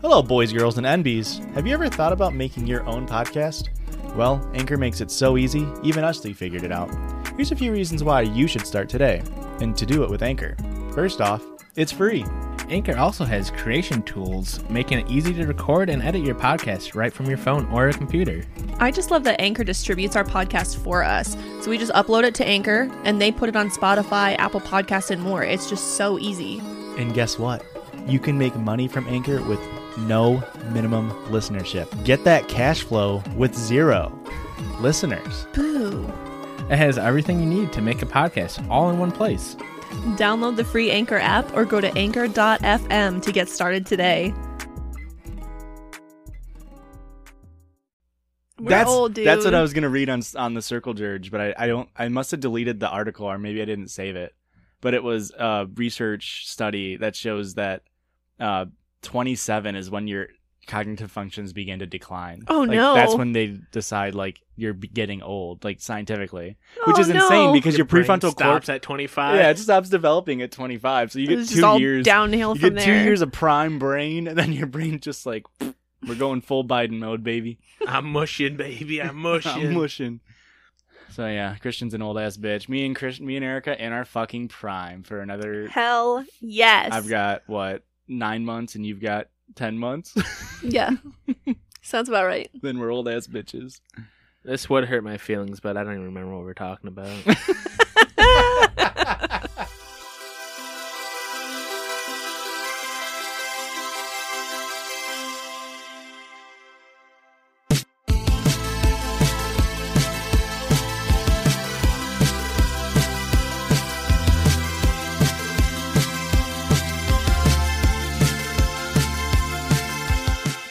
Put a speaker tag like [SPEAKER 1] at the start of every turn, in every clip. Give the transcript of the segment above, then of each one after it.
[SPEAKER 1] Hello, boys, girls, and NBs. Have you ever thought about making your own podcast? Well, Anchor makes it so easy, even us three figured it out. Here's a few reasons why you should start today, and to do it with Anchor. First off, it's free.
[SPEAKER 2] Anchor also has creation tools, making it easy to record and edit your podcast right from your phone or a computer.
[SPEAKER 3] I just love that Anchor distributes our podcast for us. So we just upload it to Anchor and they put it on Spotify, Apple Podcasts, and more. It's just so easy.
[SPEAKER 1] And guess what? You can make money from Anchor with no minimum listenership. Get that cash flow with zero listeners.
[SPEAKER 3] Boo.
[SPEAKER 2] It has everything you need to make a podcast all in one place.
[SPEAKER 3] Download the free Anchor app or go to anchor.fm to get started today. We're
[SPEAKER 1] that's
[SPEAKER 3] old, dude.
[SPEAKER 1] that's what I was gonna read on on the Circle Jerge, but I, I don't. I must have deleted the article, or maybe I didn't save it. But it was a research study that shows that uh, 27 is when your cognitive functions begin to decline.
[SPEAKER 3] Oh,
[SPEAKER 1] Like,
[SPEAKER 3] no.
[SPEAKER 1] That's when they decide like you're be- getting old, like scientifically, which
[SPEAKER 3] Oh,
[SPEAKER 1] is insane
[SPEAKER 3] no.
[SPEAKER 1] because your,
[SPEAKER 4] brain
[SPEAKER 1] prefrontal
[SPEAKER 4] stops
[SPEAKER 1] cortex
[SPEAKER 4] at 25.
[SPEAKER 1] yeah it stops developing at 25, so you get
[SPEAKER 3] It's
[SPEAKER 1] two
[SPEAKER 3] just all
[SPEAKER 1] years
[SPEAKER 3] downhill
[SPEAKER 1] You
[SPEAKER 3] from
[SPEAKER 1] get
[SPEAKER 3] there.
[SPEAKER 1] two years of prime brain, and then your brain just like we're going full Biden mode, baby.
[SPEAKER 4] I'm mushing, baby. I'm
[SPEAKER 1] I'm
[SPEAKER 4] mushing.
[SPEAKER 1] mushing. So yeah, Christian's an old ass bitch. Me and Chris, me and Erica in our fucking prime for another.
[SPEAKER 3] Hell yes.
[SPEAKER 1] I've got what nine months, and you've got ten months.
[SPEAKER 3] Yeah. Sounds about right.
[SPEAKER 1] then we're old ass bitches.
[SPEAKER 4] this would hurt my feelings, but I don't even remember what we're talking about.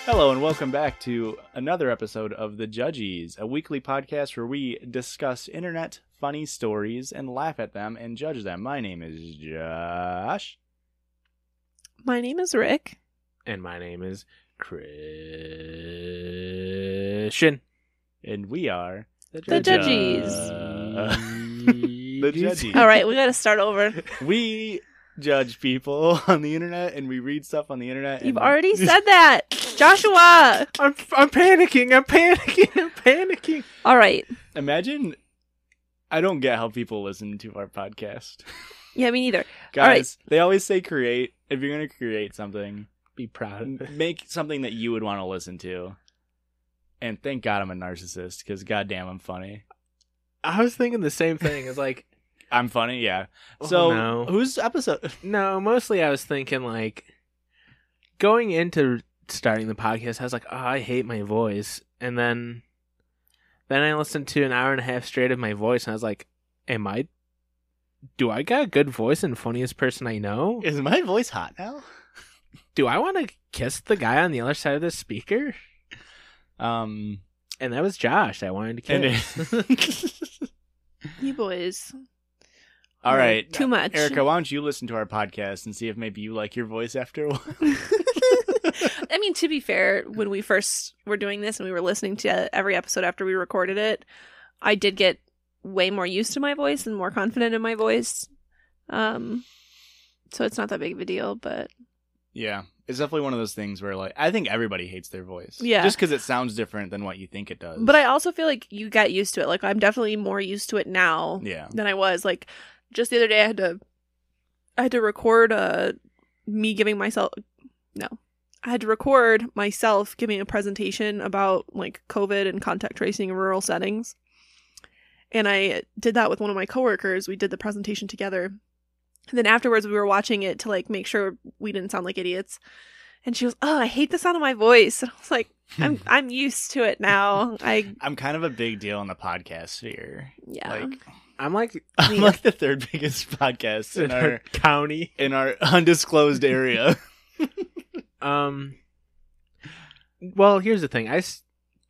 [SPEAKER 1] Hello and welcome back to another episode of The Judgies, a weekly podcast where we discuss internet funny stories and laugh at them and judge them. My name is Josh.
[SPEAKER 3] My name is Rick.
[SPEAKER 4] and my name is Christian.
[SPEAKER 1] and we are the,
[SPEAKER 3] Judgies.
[SPEAKER 1] the judges.
[SPEAKER 3] All right, we got to start over.
[SPEAKER 1] We judge people on the internet, and we read stuff on the internet.
[SPEAKER 3] You've
[SPEAKER 1] and-
[SPEAKER 3] already said that. Joshua.
[SPEAKER 4] I'm I'm panicking. I'm panicking. I'm panicking.
[SPEAKER 3] All right.
[SPEAKER 1] Imagine. I don't get how people listen to our podcast,
[SPEAKER 3] Yeah, me neither. All right.
[SPEAKER 1] guys. They always say create. If you're gonna create something,
[SPEAKER 4] Be proud. of it.
[SPEAKER 1] make something that you would want to listen to. And thank God I'm a narcissist because goddamn I'm funny.
[SPEAKER 4] I was thinking the same thing. It's like
[SPEAKER 1] I'm funny, yeah.
[SPEAKER 4] Oh,
[SPEAKER 1] So
[SPEAKER 4] no.
[SPEAKER 1] whose episode?
[SPEAKER 4] no. Mostly, I was thinking like going into starting the podcast. I was like, oh, I hate my voice, and then then I listened to an hour and a half straight of my voice, and I was like, am I? Do I got a good voice and funniest person I know?
[SPEAKER 1] Is my voice hot now?
[SPEAKER 4] Do I want to kiss the guy on the other side of the speaker?
[SPEAKER 1] Um,
[SPEAKER 4] And that was Josh. I wanted to
[SPEAKER 1] and
[SPEAKER 4] kiss.
[SPEAKER 3] You boys.
[SPEAKER 1] All right.
[SPEAKER 3] Too much.
[SPEAKER 1] Erica, why don't you listen to our podcast and see if maybe you like your voice after a while?
[SPEAKER 3] I mean, to be fair, when we first were doing this and we were listening to every episode after we recorded it, I did get way more used to my voice and more confident in my voice. Um, so it's not that big of a deal, but
[SPEAKER 1] yeah. It's definitely one of those things where, like, I think everybody hates their voice.
[SPEAKER 3] Yeah.
[SPEAKER 1] Just because it sounds different than what you think it does.
[SPEAKER 3] but I also feel like you got used to it. Like I'm definitely more used to it now
[SPEAKER 1] Yeah.
[SPEAKER 3] than I was. Like just the other day, I had to, I had to record uh me giving myself no, I had to record myself giving a presentation about like COVID and contact tracing in rural settings, and I did that with one of my coworkers. We did the presentation together, and then afterwards we were watching it to like make sure we didn't sound like idiots. And she was, "Oh, I hate the sound of my voice." And I was like, "I'm I'm used to it now." I
[SPEAKER 1] I'm kind of a big deal in the podcast sphere.
[SPEAKER 3] yeah.
[SPEAKER 1] Like,
[SPEAKER 4] I'm like
[SPEAKER 1] I'm like the third biggest podcast in our
[SPEAKER 4] county.
[SPEAKER 1] in our undisclosed area.
[SPEAKER 4] Um, well, here's the thing. I s-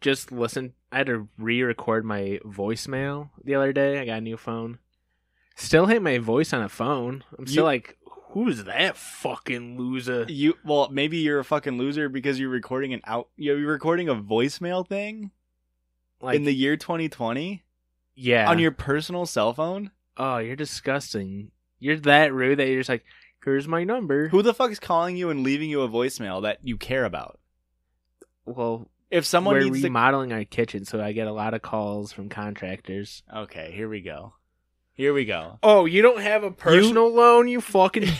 [SPEAKER 4] just listened. I had to re-record my voicemail the other day. I got a new phone. Still hate my voice on a phone. I'm still
[SPEAKER 1] You-
[SPEAKER 4] like, who's that fucking loser?
[SPEAKER 1] You well, maybe you're a fucking loser because you're recording an out. You're recording a voicemail thing
[SPEAKER 4] Like,
[SPEAKER 1] in the year 2020
[SPEAKER 4] yeah.
[SPEAKER 1] on your personal cell phone.
[SPEAKER 4] oh, you're disgusting. You're that rude that you're just like, here's my number.
[SPEAKER 1] Who the fuck is calling you and leaving you a voicemail that you care about?
[SPEAKER 4] Well,
[SPEAKER 1] If someone
[SPEAKER 4] we're
[SPEAKER 1] needs to
[SPEAKER 4] remodeling our kitchen, so I get a lot of calls from contractors.
[SPEAKER 1] Okay, here we go. Here we go.
[SPEAKER 4] Oh, you don't have a
[SPEAKER 1] personal
[SPEAKER 4] loan, you fucking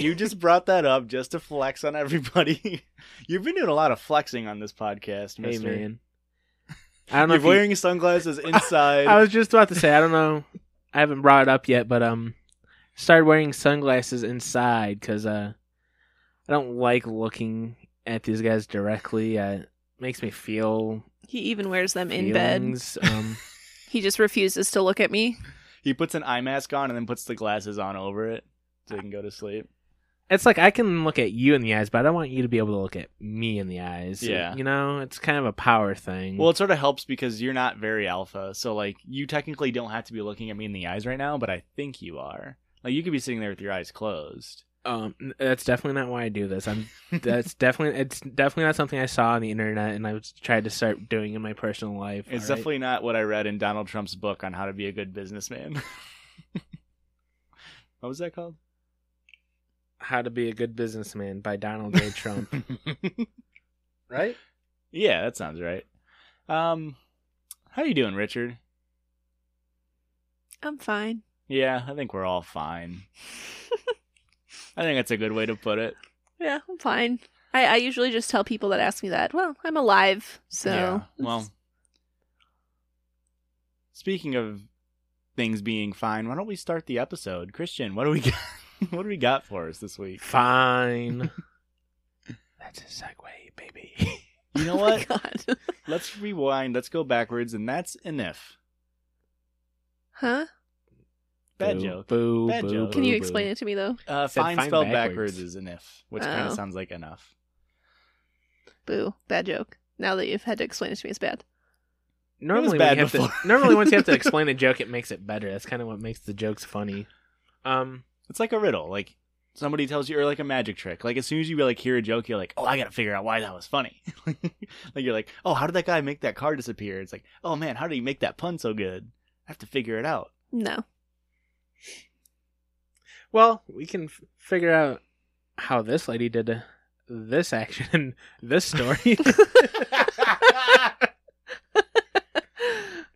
[SPEAKER 1] You just brought that up just to flex on everybody. You've been doing a lot of flexing on this podcast,
[SPEAKER 4] hey
[SPEAKER 1] mister.
[SPEAKER 4] man. I don't know.
[SPEAKER 1] You're
[SPEAKER 4] If you,
[SPEAKER 1] wearing sunglasses inside.
[SPEAKER 4] I was just about to say I don't know. I haven't brought it up yet, but um, started wearing sunglasses inside because uh, I don't like looking at these guys directly. Uh, it makes me feel
[SPEAKER 3] He even wears them in bed.
[SPEAKER 4] feelings. Um,
[SPEAKER 3] He just refuses to look at me.
[SPEAKER 1] he puts an eye mask on and then puts the glasses on over it so he can go to sleep.
[SPEAKER 4] it's like I can look at you in the eyes, but I don't want you to be able to look at me in the eyes.
[SPEAKER 1] Yeah.
[SPEAKER 4] you know, it's kind of a power thing.
[SPEAKER 1] Well, it sort of helps because you're not very alpha. So, like, you technically don't have to be looking at me in the eyes right now, but I think you are. Like, you could be sitting there with your eyes closed.
[SPEAKER 4] Um, n- that's definitely not why I do this. I'm that's definitely it's definitely not something I saw on the internet and I was tried to start doing in my personal life.
[SPEAKER 1] It's
[SPEAKER 4] all right?
[SPEAKER 1] definitely not what I read in Donald Trump's book on how to be a good businessman. what was that called?
[SPEAKER 4] How to Be a Good Businessman by Donald J. Trump. right?
[SPEAKER 1] yeah, that sounds right. Um, how you doing, Richard?
[SPEAKER 3] I'm fine.
[SPEAKER 1] Yeah, I think we're all fine. I think that's a good way to put it.
[SPEAKER 3] Yeah, I'm fine. I, I usually just tell people that ask me that, well, I'm alive, so
[SPEAKER 1] yeah. well, speaking of things being fine, why don't we start the episode, Christian? What do we got? what do we got for us this week?
[SPEAKER 4] Fine. that's a segue, baby.
[SPEAKER 1] You know
[SPEAKER 3] Oh my
[SPEAKER 1] what?
[SPEAKER 3] God.
[SPEAKER 1] Let's rewind. Let's go backwards, and that's an if.
[SPEAKER 3] huh?
[SPEAKER 1] Bad
[SPEAKER 4] Boo,
[SPEAKER 1] joke.
[SPEAKER 4] Boo,
[SPEAKER 1] Bad
[SPEAKER 4] boo,
[SPEAKER 1] joke.
[SPEAKER 3] Can
[SPEAKER 4] boo,
[SPEAKER 3] you
[SPEAKER 4] boo.
[SPEAKER 3] explain it to me though?
[SPEAKER 1] Uh,
[SPEAKER 4] Said
[SPEAKER 1] fine
[SPEAKER 4] fine
[SPEAKER 1] spelled
[SPEAKER 4] backwards.
[SPEAKER 1] backwards. is an if, which kind of
[SPEAKER 3] Oh.
[SPEAKER 1] sounds like enough.
[SPEAKER 3] Boo, bad joke. Now that you've had to explain it to me, it's bad.
[SPEAKER 4] Normally, when
[SPEAKER 1] bad
[SPEAKER 4] you have to-
[SPEAKER 1] before.
[SPEAKER 4] normally once you have to explain a joke, it makes it better. That's kind of what makes the jokes funny. Um,
[SPEAKER 1] It's like a riddle. Like somebody tells you, or like a magic trick. Like as soon as you like hear a joke, you're like, "Oh, I gotta figure out why that was funny." like you're like, "Oh, how did that guy make that car disappear?" It's like, "Oh man, how did he make that pun so good?" I have to figure it out.
[SPEAKER 3] No.
[SPEAKER 4] Well, we can f- figure out how this lady did uh, this action in this story.
[SPEAKER 3] It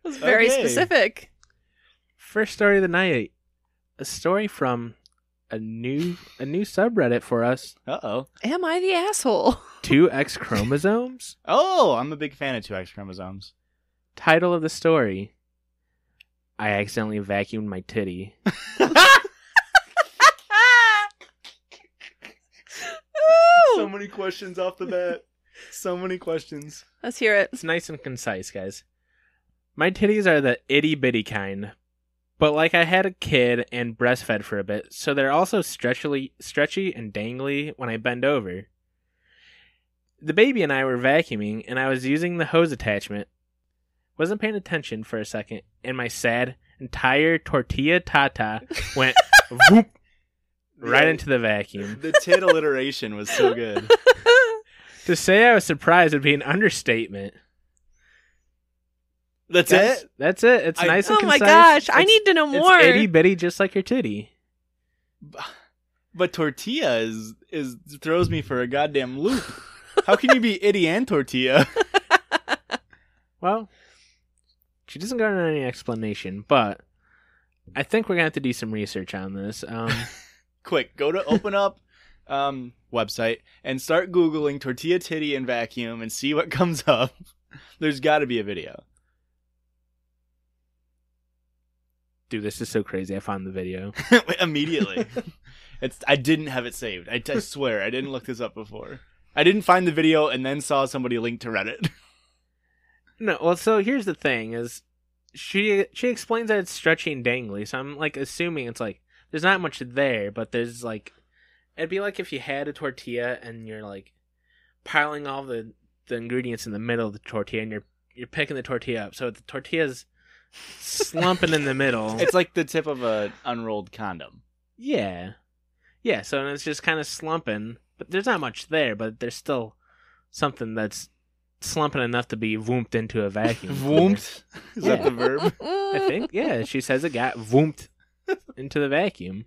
[SPEAKER 3] was very
[SPEAKER 1] Okay.
[SPEAKER 3] specific.
[SPEAKER 4] First story of the night, a story from a new a new subreddit for us.
[SPEAKER 1] Uh oh.
[SPEAKER 3] Am I the asshole?
[SPEAKER 4] Two X chromosomes.
[SPEAKER 1] Oh, I'm a big fan of two X chromosomes.
[SPEAKER 4] Title of the story: I accidentally vacuumed my titty.
[SPEAKER 3] Ooh.
[SPEAKER 1] many questions off the bat. So many questions.
[SPEAKER 3] Let's hear it.
[SPEAKER 4] It's nice and concise, guys. My titties are the itty bitty kind, but like I had a kid and breastfed for a bit, so they're also stretchy, stretchy and dangly when I bend over. The baby and I were vacuuming, and I was using the hose attachment. Wasn't paying attention for a second, and my sad entire tortilla tata went whoop right
[SPEAKER 1] Yeah.
[SPEAKER 4] into the vacuum.
[SPEAKER 1] The tit alliteration was so good.
[SPEAKER 4] To say I was surprised would be an understatement.
[SPEAKER 1] That's
[SPEAKER 4] Guys,
[SPEAKER 1] it.
[SPEAKER 4] That's it. It's
[SPEAKER 1] I-
[SPEAKER 4] nice and
[SPEAKER 3] oh my
[SPEAKER 4] concise.
[SPEAKER 3] gosh, I
[SPEAKER 4] It's-
[SPEAKER 3] need to know more.
[SPEAKER 4] It's itty bitty, just like your titty.
[SPEAKER 1] But tortilla is is throws me for a goddamn loop. How can you be itty and tortilla?
[SPEAKER 4] Well, she doesn't go into any explanation, but I think we're gonna have to do some research on this. Um,
[SPEAKER 1] Quick, go to open up um, website and start googling tortilla titty and vacuum and see what comes up. There's got to be a video.
[SPEAKER 4] dude, this is so crazy. I found the video.
[SPEAKER 1] Immediately, it's I didn't have it saved. I, I swear I didn't look this up before. I didn't find the video and then saw somebody link to Reddit.
[SPEAKER 4] No, well, so here's the thing: is she she explains that it's stretchy and dangly, so I'm like assuming it's like there's not much there, but there's like it'd be like if you had a tortilla and you're like piling all the the ingredients in the middle of the tortilla, and you're you're picking the tortilla up. So the tortilla's slumping in the middle.
[SPEAKER 1] It's like the tip of a unrolled condom.
[SPEAKER 4] Yeah. Yeah, so it's just kind of slumping, but there's not much there, but there's still something that's slumping enough to be woomped into a vacuum.
[SPEAKER 1] Woomped? Is that the verb?
[SPEAKER 3] Mm.
[SPEAKER 4] I think, yeah, she says it got woomped into the vacuum.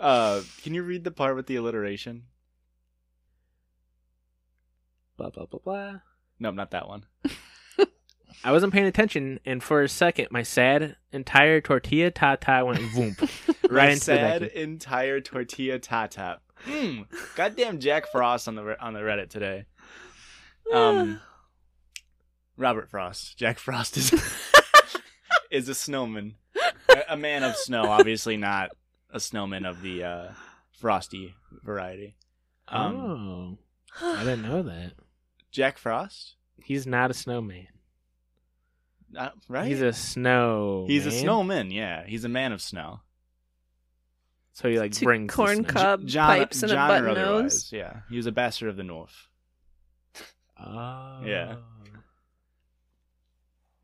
[SPEAKER 1] Uh, can you read the part with the alliteration?
[SPEAKER 4] Blah, blah, blah, blah.
[SPEAKER 1] No, not that one.
[SPEAKER 4] I wasn't paying attention, and for a second, my sad entire tortilla tata went voomp right
[SPEAKER 1] My
[SPEAKER 4] into
[SPEAKER 1] sad
[SPEAKER 4] the vacuum.
[SPEAKER 1] entire tortilla tata. Mm, goddamn Jack Frost on the re- on the Reddit today. Um, Robert Frost. Jack Frost is is a snowman, a, a man of snow. Obviously, not a snowman of the uh, frosty variety. Um,
[SPEAKER 4] oh, I didn't know that.
[SPEAKER 1] Jack Frost,
[SPEAKER 4] He's not a snowman.
[SPEAKER 1] uh, right?
[SPEAKER 4] He's a snow.
[SPEAKER 1] He's a
[SPEAKER 4] man.
[SPEAKER 1] snowman. Yeah, he's a man of snow.
[SPEAKER 4] So he like
[SPEAKER 3] Two
[SPEAKER 4] brings
[SPEAKER 3] corn
[SPEAKER 4] the snow.
[SPEAKER 3] cobs. Bob pipes and a
[SPEAKER 1] John or
[SPEAKER 3] button
[SPEAKER 1] otherwise,
[SPEAKER 3] nose.
[SPEAKER 1] Yeah, he was a bastard of the north.
[SPEAKER 4] Oh.
[SPEAKER 1] Yeah.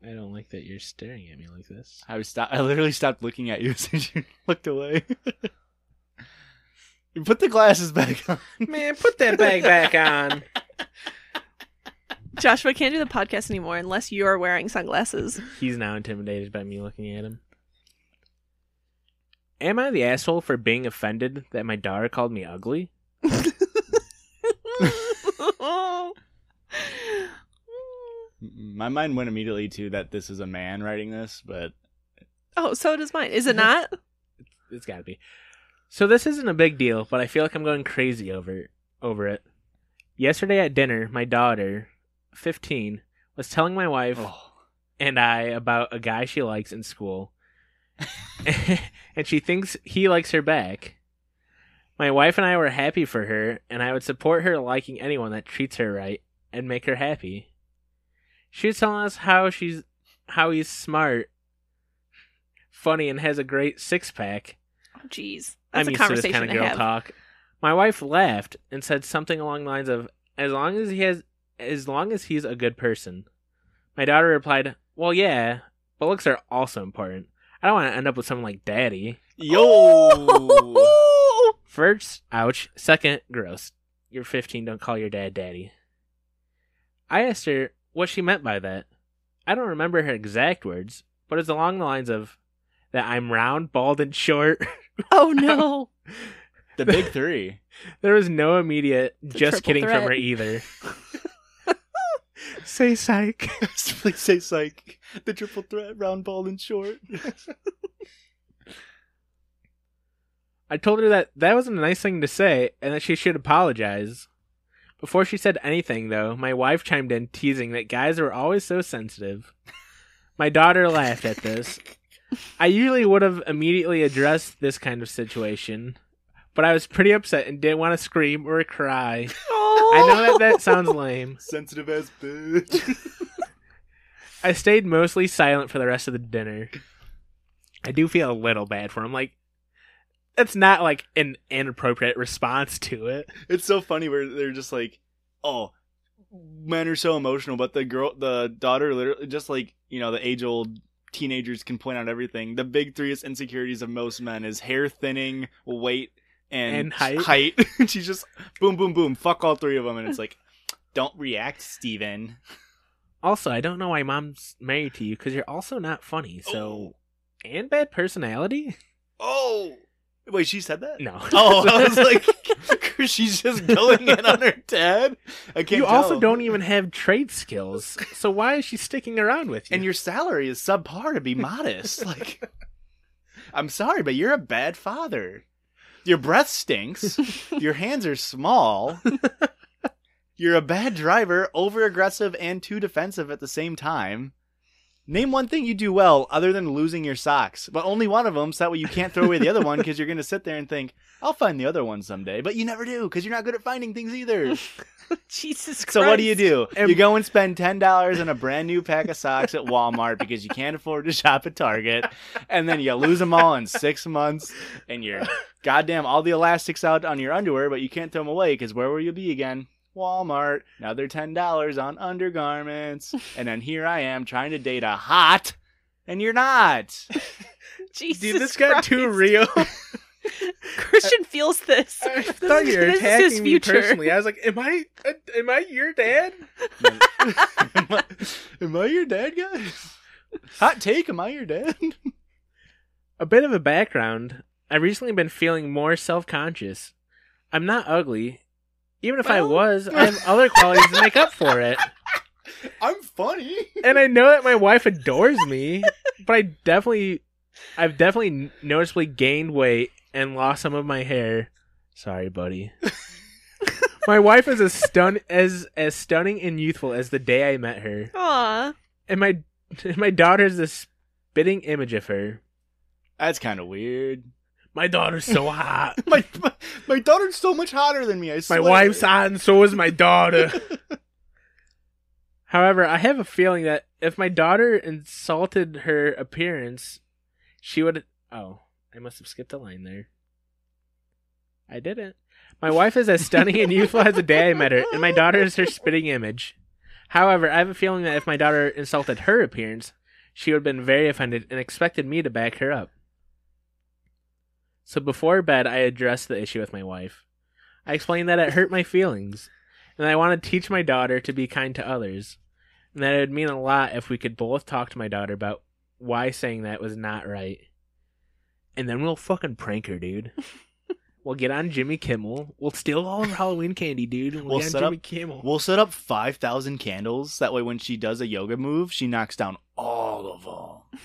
[SPEAKER 4] I don't like that you're staring at me like this.
[SPEAKER 1] I was stop. I literally stopped looking at you since you looked away. you put the glasses back on.
[SPEAKER 4] Man, put that bag back on.
[SPEAKER 3] Joshua can't do the podcast anymore unless you're wearing sunglasses.
[SPEAKER 4] He's now intimidated by me looking at him. Am I the asshole for being offended that my daughter called me ugly?
[SPEAKER 3] oh,
[SPEAKER 1] My mind went immediately to that this is a man writing this, but
[SPEAKER 3] Oh, so does mine. Is it
[SPEAKER 4] Mm-hmm.
[SPEAKER 3] not?
[SPEAKER 4] It's gotta be. So this isn't a big deal, but I feel like I'm going crazy over over it. Yesterday at dinner, my daughter, fifteen, was telling my wife
[SPEAKER 1] Oh.
[SPEAKER 4] and I about a guy she likes in school, and she thinks he likes her back. My wife and I were happy for her, and I would support her liking anyone that treats her right and make her happy. She was telling us how she's how he's smart, funny, and has a great six pack.
[SPEAKER 3] Oh, Jeez.
[SPEAKER 4] I'm
[SPEAKER 3] That's a
[SPEAKER 4] used to this
[SPEAKER 3] conversation
[SPEAKER 4] kind of girl
[SPEAKER 3] to have.
[SPEAKER 4] talk. My wife laughed and said something along the lines of, "As long as he has, as long as he's a good person." My daughter replied, "Well, yeah, but looks are also important. I don't want to end up with someone like Daddy.
[SPEAKER 1] yo,
[SPEAKER 4] First, ouch. Second, gross. You're 15. Don't call your dad Daddy." I asked her what she meant by that. I don't remember her exact words, but it's along the lines of that I'm round, bald, and short.
[SPEAKER 3] Oh no.
[SPEAKER 1] the big three.
[SPEAKER 4] There was no immediate
[SPEAKER 3] a
[SPEAKER 4] just
[SPEAKER 3] triple
[SPEAKER 4] kidding
[SPEAKER 3] threat.
[SPEAKER 4] from her either. Say psych.
[SPEAKER 1] Please say psych. The triple threat, round ball and short.
[SPEAKER 4] I told her that that wasn't a nice thing to say and that she should apologize. Before she said anything, though, my wife chimed in, teasing that guys were always so sensitive. My daughter laughed at this. I usually would have immediately addressed this kind of situation, but I was pretty upset and didn't want to scream or cry.
[SPEAKER 3] Oh,
[SPEAKER 4] I know that that sounds lame.
[SPEAKER 1] Sensitive as bitch.
[SPEAKER 4] I stayed mostly silent for the rest of the dinner. I do feel a little bad for him. Like, that's not like an inappropriate response to it.
[SPEAKER 1] it's so funny where they're just like, oh, men are so emotional, but the girl, the daughter, literally just like you know the age old teenagers can point out everything. The big three is insecurities of most men is hair thinning, weight, and,
[SPEAKER 4] And height.
[SPEAKER 1] She's just boom, boom, boom. Fuck all three of them, and it's like, don't react, Steven.
[SPEAKER 4] Also, I don't know why mom's married to you because you're also not funny. So, and bad personality?
[SPEAKER 1] oh, wait, she said that.
[SPEAKER 4] No.
[SPEAKER 1] Oh, I was like, she's just going in on her dad. I can't.
[SPEAKER 4] you
[SPEAKER 1] tell.
[SPEAKER 4] also don't even have trade skills. So why is she sticking around with you?
[SPEAKER 1] and your salary is subpar to be modest. like, I'm sorry, but you're a bad father. Your breath stinks. your hands are small. you're a bad driver, over aggressive and too defensive at the same time. Name one thing you do well other than losing your socks, but only one of them, so that way you can't throw away the other one because you're going to sit there and think, I'll find the other one someday. But you never do because you're not good at finding things either.
[SPEAKER 3] Jesus Christ.
[SPEAKER 1] So what do you do?
[SPEAKER 4] And-
[SPEAKER 1] you go and spend ten dollars on a brand new pack of socks at Walmart because you can't afford to shop at Target, and then you lose them all in six months, and you're goddamn all the elastics out on your underwear, but you can't throw them away because where will you be again? Walmart. Now they're ten dollars on undergarments, and then here I am trying to date a hot, and you're not.
[SPEAKER 3] Jesus
[SPEAKER 4] Dude, this got too
[SPEAKER 3] Christ.
[SPEAKER 4] real.
[SPEAKER 3] Christian feels this.
[SPEAKER 4] I
[SPEAKER 3] This
[SPEAKER 4] thought
[SPEAKER 3] is-
[SPEAKER 4] you were
[SPEAKER 3] this is his
[SPEAKER 4] attacking me
[SPEAKER 3] future.
[SPEAKER 4] personally. I was like, "Am I? uh, am I your dad?"
[SPEAKER 1] am, I, am I your dad, guys? Hot take, am I your dad?
[SPEAKER 4] A bit of a background. I've recently been feeling more self-conscious. I'm not ugly. Even if I
[SPEAKER 3] Well-
[SPEAKER 4] was, I have other qualities to make up for it.
[SPEAKER 1] I'm funny.
[SPEAKER 4] And I know that my wife adores me, but I definitely, I've definitely noticeably gained weight and lost some of my hair. Sorry, buddy. my wife is as stun as as stunning and youthful as the day I met her.
[SPEAKER 3] Aw.
[SPEAKER 4] and my and my daughter's the spitting image of her.
[SPEAKER 1] That's kind of weird.
[SPEAKER 4] My daughter's so hot.
[SPEAKER 1] My, my my daughter's so much hotter than me. I
[SPEAKER 4] my
[SPEAKER 1] swear.
[SPEAKER 4] wife's hot, and so is my daughter. However, I have a feeling that if my daughter insulted her appearance, she would. Oh, I must have skipped a line there. I didn't. My wife is as stunning and youthful as the day I met her, and my daughter is her spitting image. However, I have a feeling that if my daughter insulted her appearance, she would have been very offended and expected me to back her up. So before bed, I addressed the issue with my wife. I explained that it hurt my feelings, and I want to teach my daughter to be kind to others, and that it would mean a lot if we could both talk to my daughter about why saying that was not right. And then we'll fucking prank her, dude. we'll get on Jimmy Kimmel. We'll steal all her Halloween candy, dude. and We'll,
[SPEAKER 1] We'll
[SPEAKER 4] get
[SPEAKER 1] set
[SPEAKER 4] on Jimmy
[SPEAKER 1] up-
[SPEAKER 4] Kimmel.
[SPEAKER 1] We'll set up five thousand candles. That way, when she does a yoga move, she knocks down all of them.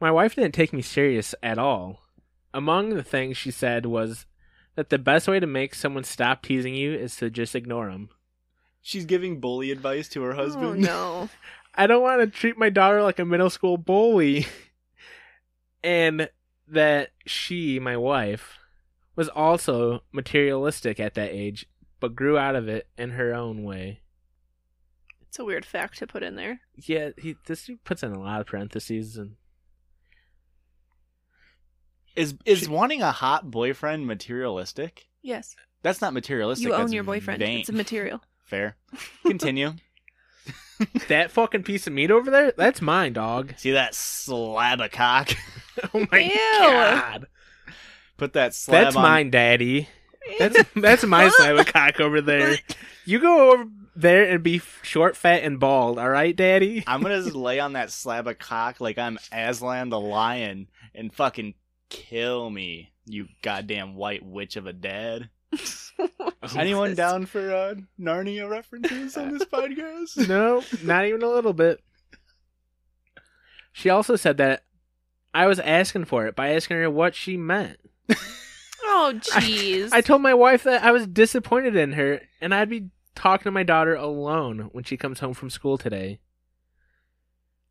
[SPEAKER 4] My wife didn't take me serious at all. Among the things she said was that the best way to make someone stop teasing you is to just ignore them.
[SPEAKER 1] She's giving bully advice to her husband.
[SPEAKER 3] Oh, no.
[SPEAKER 4] I don't want to treat my daughter like a middle school bully. and that she, my wife, was also materialistic at that age, but grew out of it in her own way.
[SPEAKER 3] It's a weird fact to put in there.
[SPEAKER 4] Yeah, he, this dude puts in a lot of parentheses and
[SPEAKER 1] Is is wanting a hot boyfriend materialistic?
[SPEAKER 3] Yes.
[SPEAKER 1] That's not materialistic.
[SPEAKER 3] you own
[SPEAKER 1] that's
[SPEAKER 3] your boyfriend.
[SPEAKER 1] vain.
[SPEAKER 3] It's a material.
[SPEAKER 1] Fair. Continue.
[SPEAKER 4] that fucking piece of meat over there, that's mine, dog.
[SPEAKER 1] See that slab of cock?
[SPEAKER 4] Oh my
[SPEAKER 3] Ew.
[SPEAKER 4] god.
[SPEAKER 1] Put that slab.
[SPEAKER 4] That's
[SPEAKER 1] on-
[SPEAKER 4] mine, daddy. That's that's my slab of cock over there. You go over there and be f- short, fat, and bald, all right, daddy?
[SPEAKER 1] I'm gonna just lay on that slab of cock like I'm Aslan the lion and fucking kill me, you goddamn white witch of a dad. Anyone
[SPEAKER 3] Jesus.
[SPEAKER 1] down for uh, Narnia references on this podcast?
[SPEAKER 4] no, not even a little bit. She also said that I was asking for it by asking her what she meant.
[SPEAKER 3] Oh, jeez.
[SPEAKER 4] I told my wife that I was disappointed in her and I'd be talking to my daughter alone when she comes home from school today.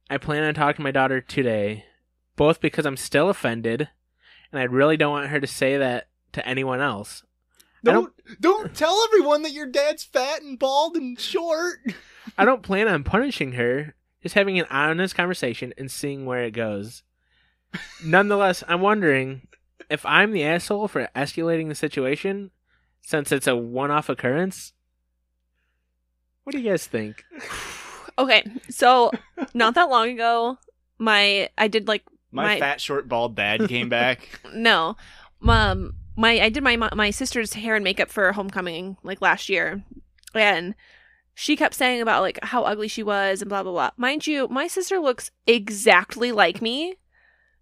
[SPEAKER 4] I plan on talking to my daughter today, both because I'm still offended and I really don't want her to say that to anyone else. I
[SPEAKER 1] Don't don't tell everyone that your dad's fat and bald and short.
[SPEAKER 4] I don't plan on punishing her, just having an honest conversation and seeing where it goes. Nonetheless, I'm wondering if I'm the asshole for escalating the situation since it's a one off occurrence. What do you guys think?
[SPEAKER 3] okay, so not that long ago, my I did like
[SPEAKER 1] My,
[SPEAKER 3] My-
[SPEAKER 1] fat, short, bald dad came back.
[SPEAKER 3] no, um, my I did my my sister's hair and makeup for homecoming like last year, and she kept saying about like how ugly she was and blah blah blah. Mind you, my sister looks exactly like me,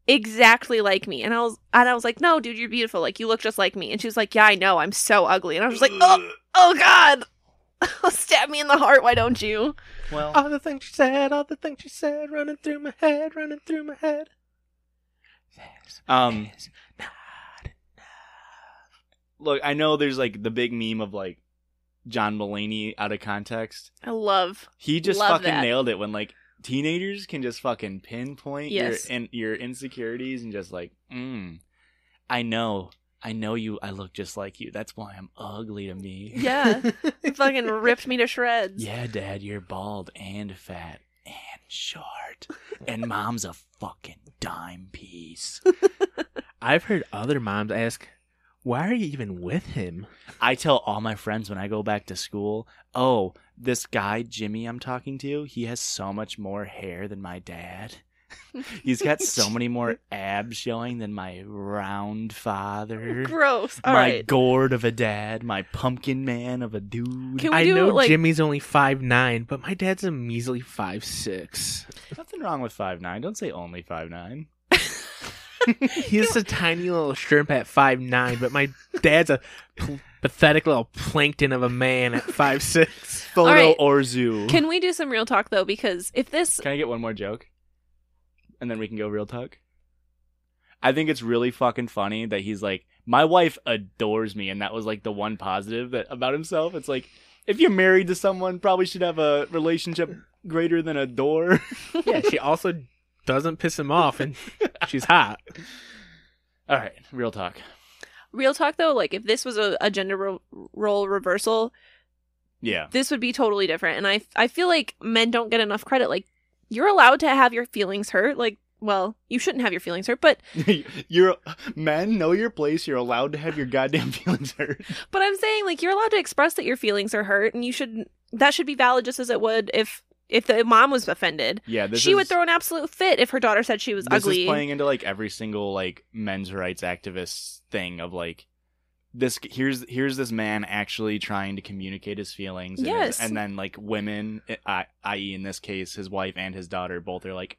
[SPEAKER 3] exactly like me, and I was and I was like, no, dude, you're beautiful. Like you look just like me. And she was like, yeah, I know, I'm so ugly. And I was just like, oh, oh god, stab me in the heart. Why don't you?
[SPEAKER 1] well,
[SPEAKER 4] All the things she said, all the things she said, running through my head, running through my head.
[SPEAKER 1] um, look, I know there's like the big meme of like John Mulaney out of context.
[SPEAKER 3] I love
[SPEAKER 1] He just
[SPEAKER 3] Love
[SPEAKER 1] fucking
[SPEAKER 3] that.
[SPEAKER 1] nailed it when like teenagers can just fucking pinpoint
[SPEAKER 3] Yes.
[SPEAKER 1] your in, your insecurities and just like, mm, I know, I know you. I look just like you. That's why I'm ugly to me.
[SPEAKER 3] Yeah. It fucking ripped me to shreds.
[SPEAKER 1] Yeah, Dad, you're bald and fat and short, and Mom's a fucking dime piece.
[SPEAKER 4] I've heard other moms ask, why are you even with him?
[SPEAKER 1] I tell all my friends when I go back to school, oh, this guy, Jimmy, I'm talking to, he has so much more hair than my dad. He's got so many more abs showing than my round father.
[SPEAKER 3] Gross. All
[SPEAKER 1] my
[SPEAKER 3] right.
[SPEAKER 1] gourd of a dad, my pumpkin man of a dude.
[SPEAKER 3] Can we
[SPEAKER 4] I
[SPEAKER 3] do
[SPEAKER 4] know
[SPEAKER 3] like
[SPEAKER 4] Jimmy's only five nine, but my dad's a measly five six.
[SPEAKER 1] Nothing wrong with five nine. Don't say only five nine.
[SPEAKER 4] He's a tiny little shrimp at five nine, but my dad's a p- pathetic little plankton of a man at five six.
[SPEAKER 1] Photo
[SPEAKER 3] right.
[SPEAKER 1] or zoo.
[SPEAKER 3] Can we do some real talk though? Because if this,
[SPEAKER 1] Can I get one more joke? And then we can go real talk. I think it's really fucking funny that he's like, my wife adores me, and that was like the one positive that about himself. It's like, if you're married to someone, probably should have a relationship greater than a door.
[SPEAKER 4] yeah, she also doesn't piss him off, and she's hot.
[SPEAKER 1] All right, real talk.
[SPEAKER 3] real talk though, like if this was a, a gender ro- role reversal,
[SPEAKER 1] Yeah,
[SPEAKER 3] this would be totally different. And I, I feel like men don't get enough credit. Like you're allowed to have your feelings hurt. Like, well, you shouldn't have your feelings hurt, but
[SPEAKER 1] you're men know your place. You're allowed to have your goddamn feelings hurt.
[SPEAKER 3] But I'm saying like you're allowed to express that your feelings are hurt and you should that should be valid just as it would if if the mom was offended.
[SPEAKER 1] Yeah, this
[SPEAKER 3] she would
[SPEAKER 1] is-
[SPEAKER 3] throw an absolute fit if her daughter said she was
[SPEAKER 1] this
[SPEAKER 3] ugly.
[SPEAKER 1] is playing into like every single like men's rights activist thing of like this here's here's this man actually trying to communicate his feelings and, his-
[SPEAKER 3] Yes.
[SPEAKER 1] and then like women i- i.e in this case his wife and his daughter both are like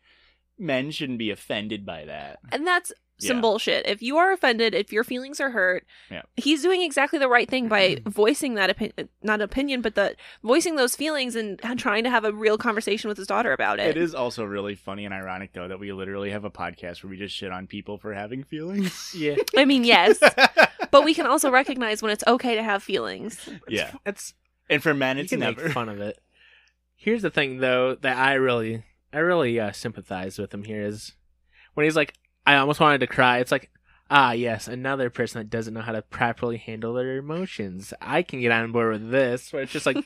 [SPEAKER 1] men shouldn't be offended by that
[SPEAKER 3] and that's some
[SPEAKER 1] Yeah.
[SPEAKER 3] bullshit. If you are offended, if your feelings are hurt,
[SPEAKER 1] Yeah.
[SPEAKER 3] he's doing exactly the right thing by voicing that opinion, not opinion, but the voicing those feelings and trying to have a real conversation with his daughter about it.
[SPEAKER 1] it is also really funny and ironic though that we literally have a podcast where we just shit on people for having feelings
[SPEAKER 4] Yeah,
[SPEAKER 3] I mean, yes, but we can also recognize when it's okay to have feelings.
[SPEAKER 1] yeah
[SPEAKER 4] that's
[SPEAKER 1] and for men it's
[SPEAKER 4] you can
[SPEAKER 1] never
[SPEAKER 4] make fun of it. Here's the thing, though, that I really, I really uh, sympathize with him. Here is when he's like, I almost wanted to cry. It's like, ah, yes, another person that doesn't know how to properly handle their emotions. I can get on board with this. Where it's just like,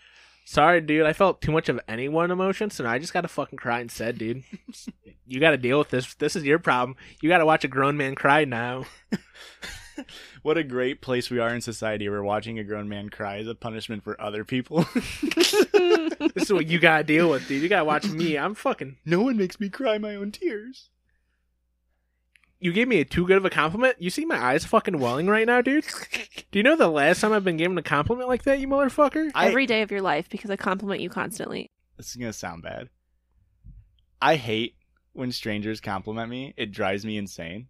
[SPEAKER 4] sorry, dude, I felt too much of any one emotion, so now I just got to fucking cry instead, dude. you got to deal with this. This is your problem. You got to watch a grown man cry now.
[SPEAKER 1] what a great place we are in society where watching a grown man cry is a punishment for other people
[SPEAKER 4] This is what you got to deal with, dude. You got to watch me. I'm fucking.
[SPEAKER 1] No one makes me cry my own tears.
[SPEAKER 4] you gave me a too good of a compliment. You see my eyes fucking welling right now, dude. Do you know the last time I've been given a compliment like that, you motherfucker?
[SPEAKER 1] I-
[SPEAKER 3] Every day of your life because I compliment you constantly.
[SPEAKER 1] This is gonna sound bad. I hate when strangers compliment me. It drives me insane.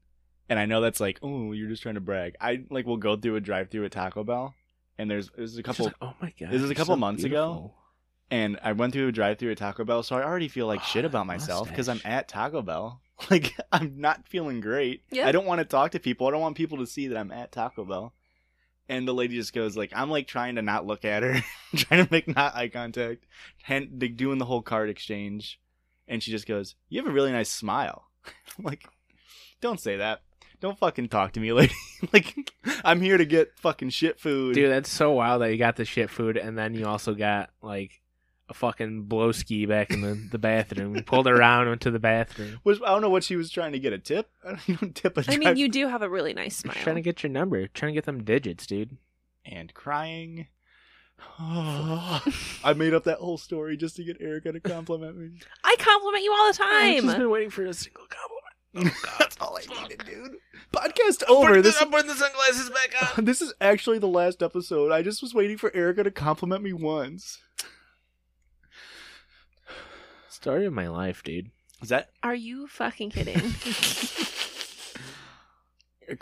[SPEAKER 1] And I know that's like, oh, you're just trying to brag. I like will go through a drive through at Taco Bell and there's there's a
[SPEAKER 4] It's just
[SPEAKER 1] couple
[SPEAKER 4] like, oh my god,
[SPEAKER 1] this is a
[SPEAKER 4] you're
[SPEAKER 1] couple
[SPEAKER 4] so
[SPEAKER 1] months ago.
[SPEAKER 4] beautiful.
[SPEAKER 1] and I went through a drive through at Taco Bell, so I already feel like
[SPEAKER 4] Oh,
[SPEAKER 1] shit
[SPEAKER 3] Ah,
[SPEAKER 4] that
[SPEAKER 1] about myself because I'm
[SPEAKER 4] mustache.
[SPEAKER 1] at Taco Bell. Like I'm not feeling great.
[SPEAKER 3] Yeah.
[SPEAKER 1] I don't want to talk to people. I don't want people to see that I'm at Taco Bell. And the lady just goes like, I'm like trying to not look at her, trying to make not eye contact, hand, like, doing the whole card exchange, and she just goes, "You have a really nice smile." I'm like, don't say that. Don't fucking talk to me, lady. like, I'm here to get fucking shit food.
[SPEAKER 4] Dude, that's so wild that you got the shit food and then you also got like a fucking blow ski back in the, the bathroom. You pulled around into the bathroom.
[SPEAKER 1] Which, I don't know what she was trying to get a tip. I don't, you don't tip a
[SPEAKER 3] I mean,
[SPEAKER 1] drive-
[SPEAKER 3] you do have a really nice smile.
[SPEAKER 4] Trying to get your number, trying to get them digits, dude.
[SPEAKER 1] and crying. I made up that whole story just to get Erica to compliment me.
[SPEAKER 3] I compliment you all the
[SPEAKER 4] I've
[SPEAKER 3] time.
[SPEAKER 4] just been waiting for a single compliment.
[SPEAKER 1] Oh, That's all I needed, dude. Podcast over. This,
[SPEAKER 4] putting the sunglasses back
[SPEAKER 1] this is actually the last episode. I just was waiting for Erica to compliment me once.
[SPEAKER 4] Story of my life, dude.
[SPEAKER 1] Is that
[SPEAKER 3] Are you fucking kidding?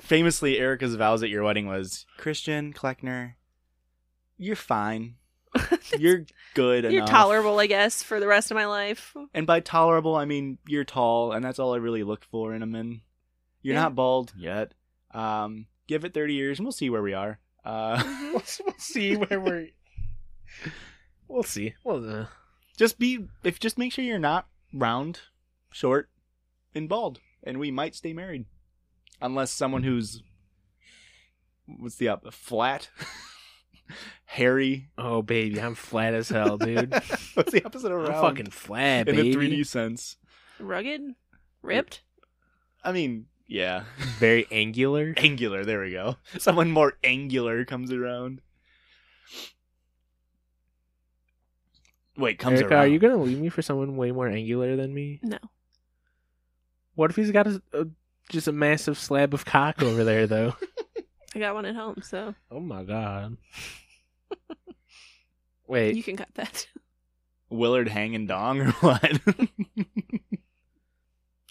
[SPEAKER 1] famously Erica's vows at your wedding was Christian Kleckner? You're fine. You're good
[SPEAKER 3] You're
[SPEAKER 1] enough."
[SPEAKER 3] tolerable, I guess, for the rest of my life.
[SPEAKER 1] And by tolerable, I mean you're tall, and that's all I really look for in a man. You're
[SPEAKER 3] Yeah.
[SPEAKER 1] not bald yet. Um, give it 30 years, and we'll see where we are. Uh,
[SPEAKER 4] we'll, we'll see where we're. We'll see. Well, uh,
[SPEAKER 1] just be if just make sure you're not round, short, and bald, and we might stay married, unless someone who's what's the up flat, hairy.
[SPEAKER 4] oh baby, I'm flat as hell, dude.
[SPEAKER 1] what's the opposite of
[SPEAKER 4] I'm
[SPEAKER 1] round?
[SPEAKER 4] fucking flat,
[SPEAKER 1] in
[SPEAKER 4] baby.
[SPEAKER 1] the 3D sense.
[SPEAKER 3] Rugged, ripped.
[SPEAKER 1] I mean, Yeah.
[SPEAKER 4] Very angular.
[SPEAKER 1] Angular. There we go. Someone more angular comes around. Wait, comes
[SPEAKER 4] Erica,
[SPEAKER 1] around.
[SPEAKER 4] are you gonna leave me for someone way more angular than me?
[SPEAKER 3] No.
[SPEAKER 4] What if he's got a, a just a massive slab of cock over there though?
[SPEAKER 3] I got one at home, so
[SPEAKER 4] oh my god. Wait,
[SPEAKER 3] you can cut that.
[SPEAKER 1] Willard hanging dong or what?
[SPEAKER 3] All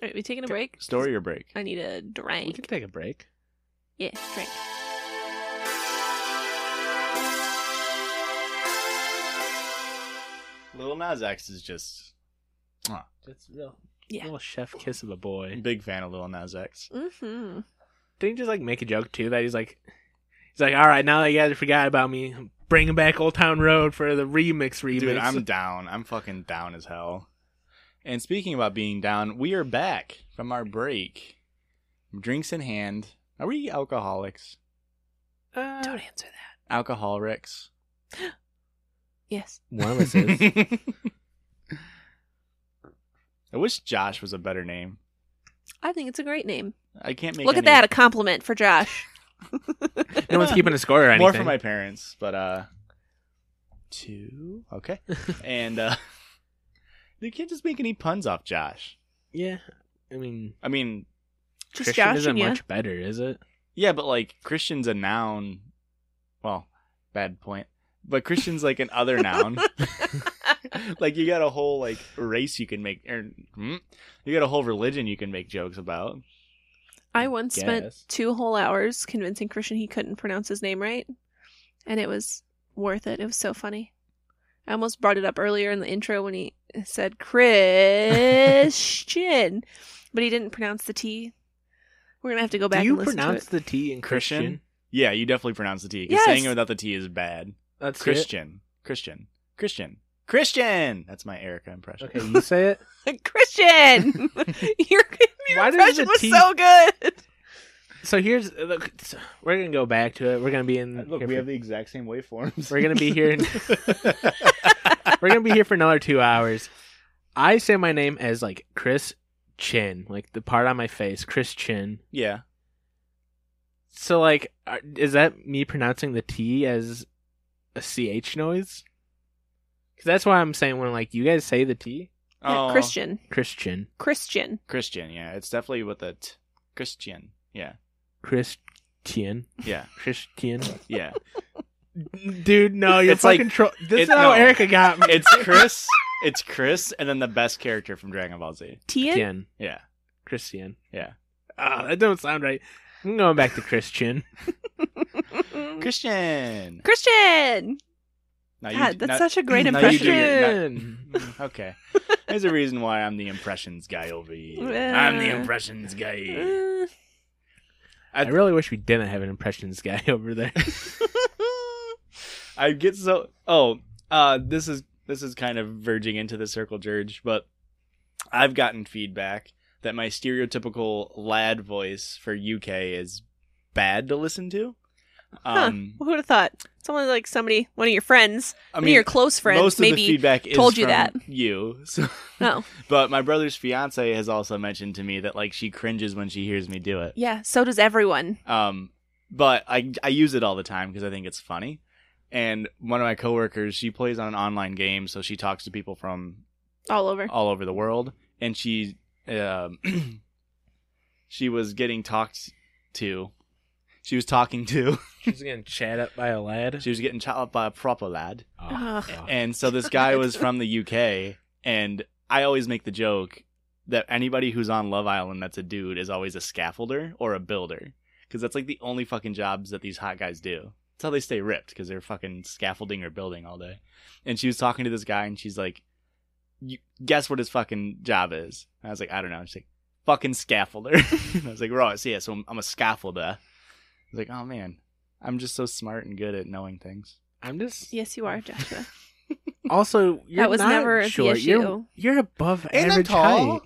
[SPEAKER 3] right, we taking a break?
[SPEAKER 1] Story or break?
[SPEAKER 3] I need a
[SPEAKER 4] we can
[SPEAKER 3] drink.
[SPEAKER 4] take a break.
[SPEAKER 3] Yeah, drink.
[SPEAKER 1] Lil Nas X is just
[SPEAKER 4] That's real.
[SPEAKER 3] Yeah.
[SPEAKER 4] Little chef kiss of a
[SPEAKER 1] a
[SPEAKER 4] boy.
[SPEAKER 1] big fan of Lil Nas X.
[SPEAKER 3] Mm-hmm.
[SPEAKER 4] Didn't he just like make a joke too that he's like, he's like, all right, now that you guys forgot about me, I'm bringing back Old Town Road for the remix remix.
[SPEAKER 1] Dude, I'm down. I'm fucking down as hell. And speaking about being down, we are back from our break. Drinks in hand. Are we alcoholics?
[SPEAKER 4] Uh,
[SPEAKER 3] Don't answer that.
[SPEAKER 1] Alcoholics.
[SPEAKER 3] Yes.
[SPEAKER 4] one of us is.
[SPEAKER 1] I wish Josh was a better name.
[SPEAKER 3] I think it's a great name.
[SPEAKER 1] I can't make
[SPEAKER 3] Look
[SPEAKER 1] any-
[SPEAKER 3] at that, a compliment for Josh.
[SPEAKER 4] No one's keeping a score or anything.
[SPEAKER 1] More for my parents, but uh two. Okay. and uh you can't just make any puns off Josh.
[SPEAKER 4] Yeah, I mean,
[SPEAKER 1] I mean,
[SPEAKER 3] Just
[SPEAKER 4] Christian
[SPEAKER 3] Josh
[SPEAKER 4] isn't
[SPEAKER 3] and ya.
[SPEAKER 4] much better, is it?
[SPEAKER 1] yeah, but like Christian's a noun. Well, bad point. But Christian's like an other noun. like you got a whole like race you can make er, hmm? you got a whole religion you can make jokes about.
[SPEAKER 3] I once spent
[SPEAKER 4] guess.
[SPEAKER 3] two whole hours convincing Christian he couldn't pronounce his name right, and it was worth it. It was so funny. I almost brought it up earlier in the intro when he said Christian, but he didn't pronounce the T. We're gonna have to go back
[SPEAKER 4] Do you
[SPEAKER 3] and listen
[SPEAKER 4] pronounce
[SPEAKER 3] to it.
[SPEAKER 4] the T in Christian?
[SPEAKER 1] Christian? Yeah, you definitely pronounce the T. 'cause
[SPEAKER 3] Yes.
[SPEAKER 1] saying it without the T is bad.
[SPEAKER 4] That's
[SPEAKER 1] Christian. Christian. Christian. Christian. That's my Erica impression.
[SPEAKER 4] Okay, you say it.
[SPEAKER 3] Christian. your your
[SPEAKER 4] Why does
[SPEAKER 3] impression
[SPEAKER 4] the
[SPEAKER 3] was
[SPEAKER 4] T-
[SPEAKER 3] so good.
[SPEAKER 4] So here's look, so we're gonna go back to it. We're gonna be in.
[SPEAKER 1] Uh, Look,
[SPEAKER 4] here
[SPEAKER 1] we
[SPEAKER 4] for-
[SPEAKER 1] have the exact same waveforms.
[SPEAKER 4] We're gonna be here. In, we're gonna be here for another two hours. I say my name as like Chris Chin, like the part on my face, Chris Chin.
[SPEAKER 1] yeah.
[SPEAKER 4] So like, are- is that me pronouncing the T as a ch noise? Because that's why I'm saying when like you guys say the T,
[SPEAKER 1] Oh.
[SPEAKER 3] Yeah, Christian.
[SPEAKER 4] Christian,
[SPEAKER 3] Christian.
[SPEAKER 1] Christian. Yeah, it's definitely with a t. Christian. Yeah.
[SPEAKER 4] Christian,
[SPEAKER 1] Yeah.
[SPEAKER 4] Christian.
[SPEAKER 1] Yeah.
[SPEAKER 4] Dude, no, you're
[SPEAKER 1] It's like-
[SPEAKER 4] fucking tro- This is
[SPEAKER 1] it-
[SPEAKER 4] how
[SPEAKER 1] no.
[SPEAKER 4] Erica got me.
[SPEAKER 1] it's Chris. It's Chris, and then the best character from Dragon Ball Z.
[SPEAKER 3] Tian.
[SPEAKER 4] Christian.
[SPEAKER 1] Yeah.
[SPEAKER 4] Christian.
[SPEAKER 1] Yeah.
[SPEAKER 4] Ah, that don't sound right. I'm going back to Christian.
[SPEAKER 1] Christian.
[SPEAKER 3] Christian.
[SPEAKER 1] Now
[SPEAKER 3] God, that's such a great
[SPEAKER 1] now you do
[SPEAKER 3] impression.
[SPEAKER 1] your- now- mm, okay. There's a reason why I'm the impressions guy over here.
[SPEAKER 3] Yeah.
[SPEAKER 1] I'm the impressions guy.
[SPEAKER 3] Uh,
[SPEAKER 4] I really wish we didn't have an impressions guy over there.
[SPEAKER 1] I get so oh, uh this is this is kind of verging into the circle jerge, but I've gotten feedback that my stereotypical lad voice for UK is bad to listen to. Um
[SPEAKER 3] Who would have thought? Someone like somebody, one of your friends,
[SPEAKER 1] I
[SPEAKER 3] one
[SPEAKER 1] mean
[SPEAKER 3] of your close friends,
[SPEAKER 1] most of
[SPEAKER 3] maybe. Oh,
[SPEAKER 1] the feedback is
[SPEAKER 3] told you
[SPEAKER 1] from
[SPEAKER 3] that.
[SPEAKER 1] you. So
[SPEAKER 3] No.
[SPEAKER 1] but my brother's fiance has also mentioned to me that like she cringes when she hears me do it.
[SPEAKER 3] Yeah, so does everyone.
[SPEAKER 1] Um, but I I use it all the time because I think it's funny. And one of my coworkers, she plays on an online game, so she talks to people from
[SPEAKER 3] All over.
[SPEAKER 1] all over the world, and she um, she was getting talked to. She was talking to.
[SPEAKER 4] She's getting chat up by a lad.
[SPEAKER 1] She was getting chopped up by a proper lad.
[SPEAKER 4] Ah,
[SPEAKER 3] Ugh.
[SPEAKER 4] fuck.
[SPEAKER 1] And so this guy
[SPEAKER 3] God.
[SPEAKER 1] was from the UK, and I always make the joke that anybody who's on Love Island that's a dude is always a scaffolder or a builder, because that's like the only fucking jobs that these hot guys do. That's how they stay ripped, because they're fucking scaffolding or building all day. And she was talking to this guy, and she's like, you, "Guess what his fucking job is?" And I was like, "I don't know." She's like, "Fucking scaffolder." And I was like, "Right, so yeah, so I'm, I'm a scaffolder." I was like, "Oh man, I'm just so smart and good at knowing things."
[SPEAKER 4] I'm just.
[SPEAKER 3] Yes, you are, Joshua.
[SPEAKER 4] Also, you're
[SPEAKER 3] was
[SPEAKER 4] not
[SPEAKER 3] never the
[SPEAKER 4] short. You're,
[SPEAKER 3] issue.
[SPEAKER 4] you're above
[SPEAKER 1] And I'm
[SPEAKER 4] average
[SPEAKER 1] tall.
[SPEAKER 4] height.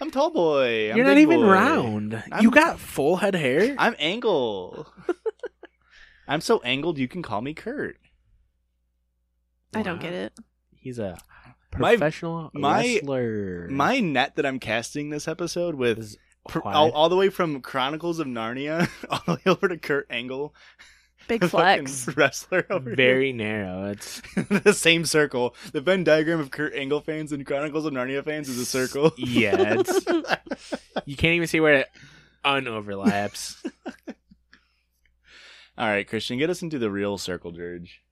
[SPEAKER 1] I'm tall boy. I'm
[SPEAKER 4] you're not
[SPEAKER 1] big
[SPEAKER 4] even
[SPEAKER 1] boy.
[SPEAKER 4] round.
[SPEAKER 1] I'm-
[SPEAKER 4] you got full head hair.
[SPEAKER 1] I'm angle. I'm so angled you can call me Kurt.
[SPEAKER 3] I don't get it.
[SPEAKER 4] He's a
[SPEAKER 1] My-
[SPEAKER 4] professional
[SPEAKER 1] my-
[SPEAKER 4] wrestler.
[SPEAKER 1] My net that I'm casting this episode with
[SPEAKER 4] Is
[SPEAKER 1] Pr-
[SPEAKER 4] Quiet.
[SPEAKER 1] all, all the way from Chronicles of Narnia all the way over to Kurt Angle,
[SPEAKER 3] Big
[SPEAKER 1] the fucking
[SPEAKER 3] flex.
[SPEAKER 1] wrestler over here.
[SPEAKER 4] Very narrow. It's
[SPEAKER 1] the same circle. The Venn diagram of Kurt Angle fans and Chronicles of Narnia fans is a circle.
[SPEAKER 4] Yeah, it's you can't even see where it unoverlaps.
[SPEAKER 1] All right, Christian, get us into the real circle dirge.